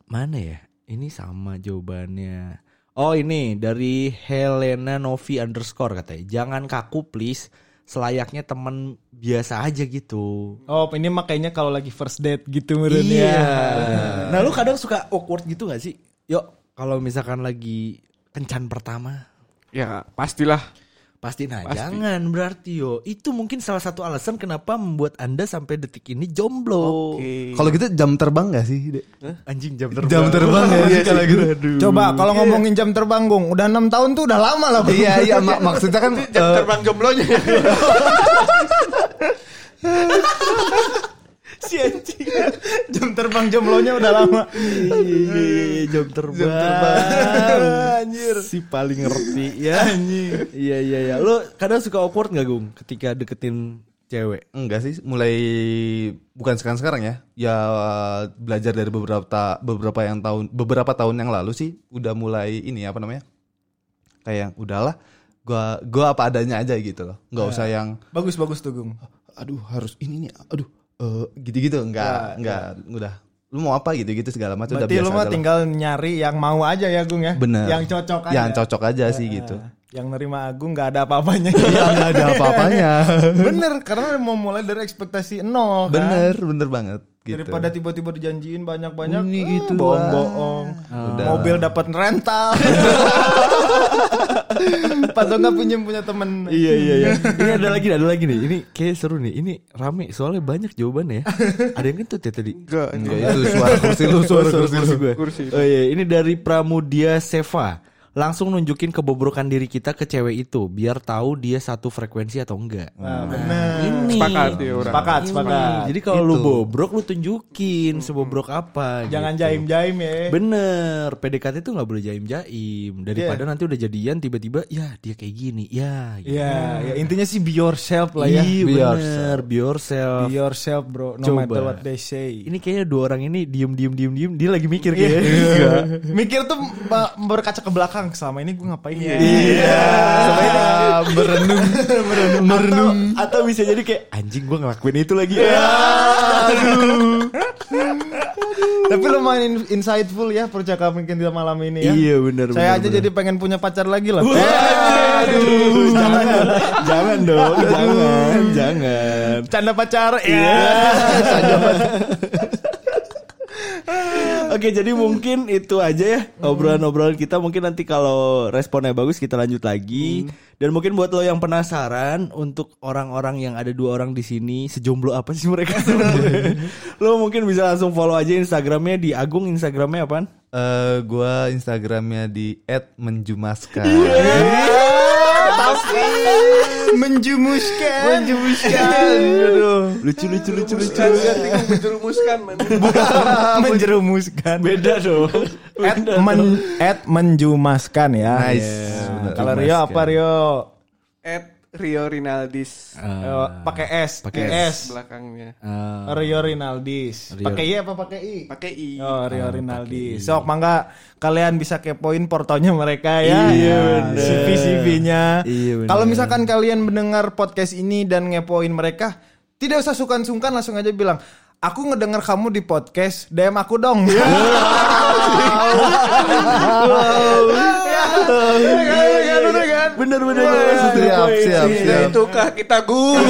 A: Mana ya? Ini sama jawabannya. Oh ini dari Helena Novi underscore katanya. Jangan kaku please. Selayaknya teman biasa aja gitu.
B: Oh ini makanya kalau lagi first date gitu menurut
A: Iya.
B: ya.
A: Nah lu kadang suka awkward gitu gak sih? Yuk kalau misalkan lagi kencan pertama.
E: [laughs] Ya pastilah.
A: Pasti nah jangan berarti yo. Itu mungkin salah satu alasan kenapa membuat Anda sampai detik ini jomblo.
C: Kalau gitu jam terbang gak sih? Dek?
A: Anjing jam terbang.
C: Jam terbang ya sih kalau gitu.
B: iya Coba kalau ngomongin jam terbang Gung, udah enam tahun tuh udah lama lah. Bro.
C: Iya iya mak- maksudnya
B: [laughs]
C: kan
D: Jam
C: eh,
D: terbang jomblonya.
E: [laughs]
B: si anjing. jam terbang jomblonya udah lama.
A: Iya, jam terbang.
B: Anjir.
A: Si paling [laughs] ngerti ya. Anjing. Iya iya iya. Lu kadang suka awkward gak Gung ketika deketin cewek?
C: Enggak sih, mulai bukan sekarang sekarang ya. Ya belajar dari beberapa ta- beberapa yang tahun beberapa tahun yang lalu sih udah mulai ini apa namanya? Kayak yang udahlah, gua gua apa adanya aja gitu loh.
A: Iya.
C: Enggak usah yang
B: Bagus bagus tuh Gung.
C: aduh harus ini nih, aduh eh, gitu-gitu
A: Ya,
C: enggak enggak udah. Lu mau apa gitu-gitu segala macam udah
B: Berarti
C: biasa
B: lu mah
C: aja lah.
B: tinggal nyari yang mau aja ya Gung ya.
C: Bener.
B: Yang cocok aja.
C: Yang cocok aja sih
A: Ya.
C: gitu.
B: Nah, Yang nerima Agung nggak ada apa-apanya.
C: Iya, enggak ada
A: [laughs]
C: apa-apanya.
B: [laughs] Bener, karena mau mulai dari ekspektasi nol. kan?
C: bener, bener banget gitu.
B: Daripada tiba-tiba dijanjiin banyak-banyak,
C: Ini
B: eh,
C: gitu,
B: bohong-bohong.
C: Udah.
B: Mobil dapat [laughs] rental. Atau nggak pinjem punya temen.
A: Iya iya iya. [laughs] Ini ada lagi ada lagi nih. Ini kayak seru nih. Ini rame soalnya banyak
C: [laughs]
A: jawabannya ya. Ada yang kentut ya tadi.
E: Enggak.
C: Enggak, itu suara kursi lu, suara kursi lu.
A: gue.
E: Kursi.
A: Oh iya, ini dari Pramudia Seva. Langsung nunjukin kebobrokan diri kita ke cewek itu biar tahu dia satu frekuensi atau enggak.
B: Nah, bener.
A: Ini.
E: Sepakat ya orang.
B: Sepakat, sepakat. Gitu.
A: Jadi kalau lu bobrok lu tunjukin sebobrok apa.
B: Jangan
A: gitu.
B: jaim-jaim ya.
A: Bener, PDKT tuh nggak boleh
B: Iya.
A: jaim-jaim. Daripada nanti udah jadian tiba-tiba, ya dia kayak gini, ya. gitu.
B: Iya, ya, intinya sih be yourself lah ya.
A: Iya,
C: be
A: bener,
C: yourself.
A: be yourself.
B: Be yourself bro, no
A: Coba.
B: matter what they say.
A: Ini kayaknya dua orang ini diem diem diem diem dia lagi mikir
B: [laughs]
A: kayaknya. [laughs] Iya.
B: Mikir tuh ba- berkaca ke belakang selama ini gue ngapain ya?
A: Iya.
C: Ah, berenung berenung
A: atau, atau bisa jadi kayak anjing gua ngelakuin itu lagi.
B: Tapi lumayan in- insightful ya percakapan kita malam ini ya.
A: Iya, bener,
B: Saya aja
A: bener, bener.
B: jadi pengen punya pacar lagi lah.
A: Aduh, [laughs] jangan, jangan dong, jangan, jangan.
B: Canda pacar. Iya.
A: Oke, jadi mungkin itu aja ya obrolan-obrolan kita. Mungkin nanti kalau responnya bagus kita lanjut lagi. Dan mungkin buat lo yang penasaran untuk orang-orang yang ada dua orang di sini sejomblo apa sih [laughs] mereka? sebenarnya? lo mungkin bisa langsung follow aja Instagramnya di Agung Instagramnya apaan?
C: Eh, gua Instagramnya di @menjumaskan.
A: Iya.
B: Menjumuskan.
A: [laughs] Aduh, lucu lucu lucu lucu.
E: Menjerumuskan men.
B: Menjerumuskan.
A: Beda dong.
B: At, men, at menjumaskan ya.
C: Nice.
B: Iya.
C: Bener.
B: Kalau Rio apa Rio?
E: At Rio Rinaldis
B: Eh, pakai S,
A: Ah. Pakai
B: S.
E: belakangnya.
A: Eh,
B: Rio Rinaldis.
A: Rio-
B: Pakai Y apa pakai I?
E: Pakai I.
B: Oh, Rio
A: Ah,
B: Rinaldi.
A: pakai I.
B: Sok mangga kalian bisa kepoin portonya mereka ya.
A: Iya, bener.
B: CV-CV-nya.
A: Iya, bener.
B: Kalau misalkan kalian mendengar podcast ini dan ngepoin mereka, tidak usah sungkan-sungkan langsung aja bilang, "Aku ngedengar kamu di podcast, DM aku dong."
A: bener bener bener. iya,
C: Siap, siap,
E: Ya
C: siap.
E: itukah kita gue.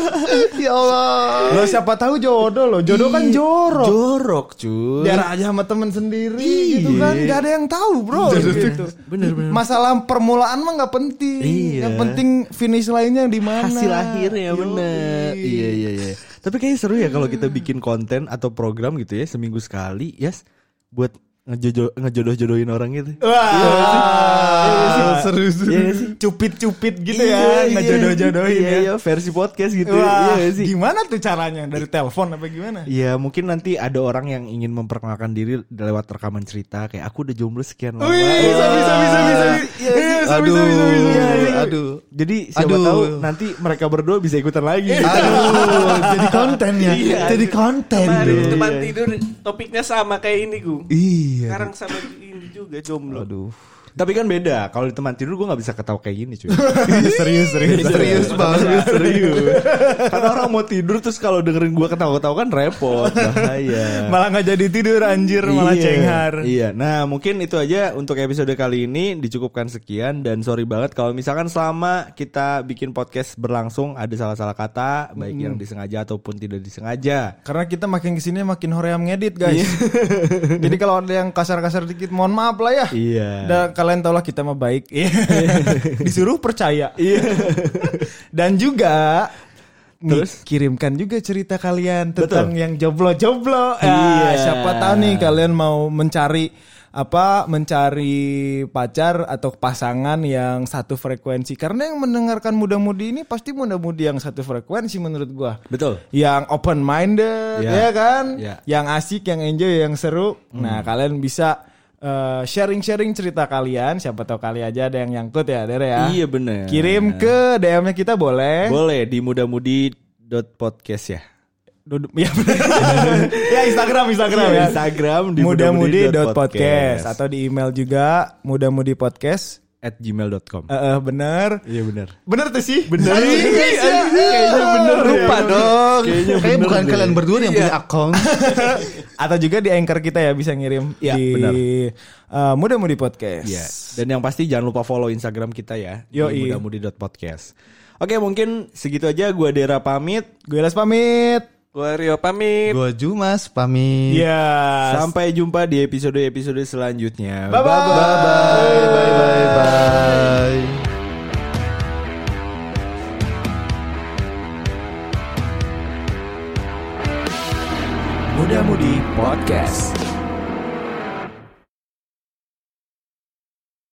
B: [laughs] ya Allah. Lo siapa tahu jodoh lo. Jodoh kan jorok.
A: Iya. Jorok cuy.
B: Biar aja sama temen sendiri gitu kan Gak ada yang tahu bro gitu.
A: Iya. Bener, bener.
B: Masalah permulaan mah gak penting
A: Iya.
B: Yang penting finish lainnya di mana
A: hasil akhirnya
B: Yoi.
A: bener iya iya iya tapi kayaknya seru ya kalau kita bikin konten atau program gitu ya seminggu sekali yes buat ngejodoh ngejodoh jodohin orang gitu
B: Oh, Wah
C: Seru
A: Iya nggak sih?
B: Cupit-cupit gitu
A: Iya,
B: ya
A: iya.
B: Ngejodoh-jodohin
A: Iya,
B: ya
A: iya, versi podcast gitu ya. iya
B: Wah
A: nggak sih
B: gimana tuh caranya Dari telepon apa gimana
A: Iya mungkin nanti ada orang yang ingin memperkenalkan diri lewat rekaman cerita kayak aku udah jomblo sekian lama.
B: Wih, bisa, bisa, bisa, bisa.
A: Iya,
B: Iya, bisa,
A: aduh,
B: bisa, bisa, bisa.
A: aduh. Jadi siapa
C: Aduh.
A: tahu nanti mereka berdua bisa ikutan lagi.
B: Iya.
C: Aduh, jadi konten ya.
A: Iya.
C: Jadi konten.
E: Kemarin
C: dong.
E: teman tidur topiknya sama kayak ini gue.
C: Iya.
E: Sekarang sama ini juga jomblo.
A: Aduh. Tapi kan beda. Kalau di teman tidur gue nggak bisa ketawa kayak gini cuy.
B: Serius serius
C: Serius banget.
A: Serius. Karena orang mau tidur terus kalau dengerin gue ketawa-ketawa kan repot. Bahaya.
B: Malah gak jadi tidur anjir Malah
A: Iya,
B: cenghar
A: Iya. Nah, mungkin itu aja untuk episode kali ini dicukupkan sekian dan sorry banget kalau misalkan selama kita bikin podcast berlangsung ada salah-salah kata baik yang disengaja ataupun tidak disengaja.
B: Karena kita makin kesini makin hoream ngedit
A: Iya.
B: guys. [laughs] Jadi kalau ada yang kasar-kasar dikit, mohon maaf lah ya.
A: Iya.
B: Dan kalian tau lah kita mah baik. [laughs] Iya. Disuruh percaya.
A: Iya.
B: [laughs] Dan juga
A: Terus?
B: nih, kirimkan juga cerita kalian tentang yang joblo-joblo. Ah,
A: Iya.
B: Siapa tahu nih kalian mau mencari apa mencari pacar atau pasangan yang satu frekuensi karena yang mendengarkan muda-mudi ini pasti muda-mudi yang satu frekuensi menurut gua
A: Betul.
B: yang open minded ya
A: Ya.
B: kan
A: Ya. Hmm.
B: yang asik yang enjoy yang seru nah kalian bisa eh, sharing-sharing cerita kalian siapa tahu kali aja ada yang nyangkut ya Dere ya
A: Iya bener.
B: kirim ke DM-nya kita boleh
A: Boleh di mudamudi.podcast ya.
B: Duduk- [laughs] ya, bener. ya Instagram Instagram
A: Iya,
B: ya
A: Instagram di
B: mudamudi.podcast
A: mudamudi.podcast.
B: atau di email juga mudamudipodcast
A: at gmail.com.
B: eh eh, bener
A: Iya benar.
B: bener tuh sih ya. bener kayaknya bener
C: Lupa dong.
A: Kayaknya bener
C: Kayaknya bukan
A: deh. Iya.
C: kalian berdua nih yang punya akun.
B: atau juga di anchor kita ya bisa ngirim
A: Iya,
B: di
A: benar.
B: eh, mudamudi podcast
A: Iya. Dan yang pasti jangan lupa follow Instagram kita ya. di
B: Yoi.
A: mudamudi.podcast. Oke, mungkin segitu aja gua Dera pamit.
B: Gue Les pamit.
E: Gue Rio pamit.
C: Gua Jumas pamit.
B: Iya.
A: Sampai jumpa di episode-episode selanjutnya.
B: Bye-bye.
C: Bye bye bye bye.
B: Muda Mudi Podcast.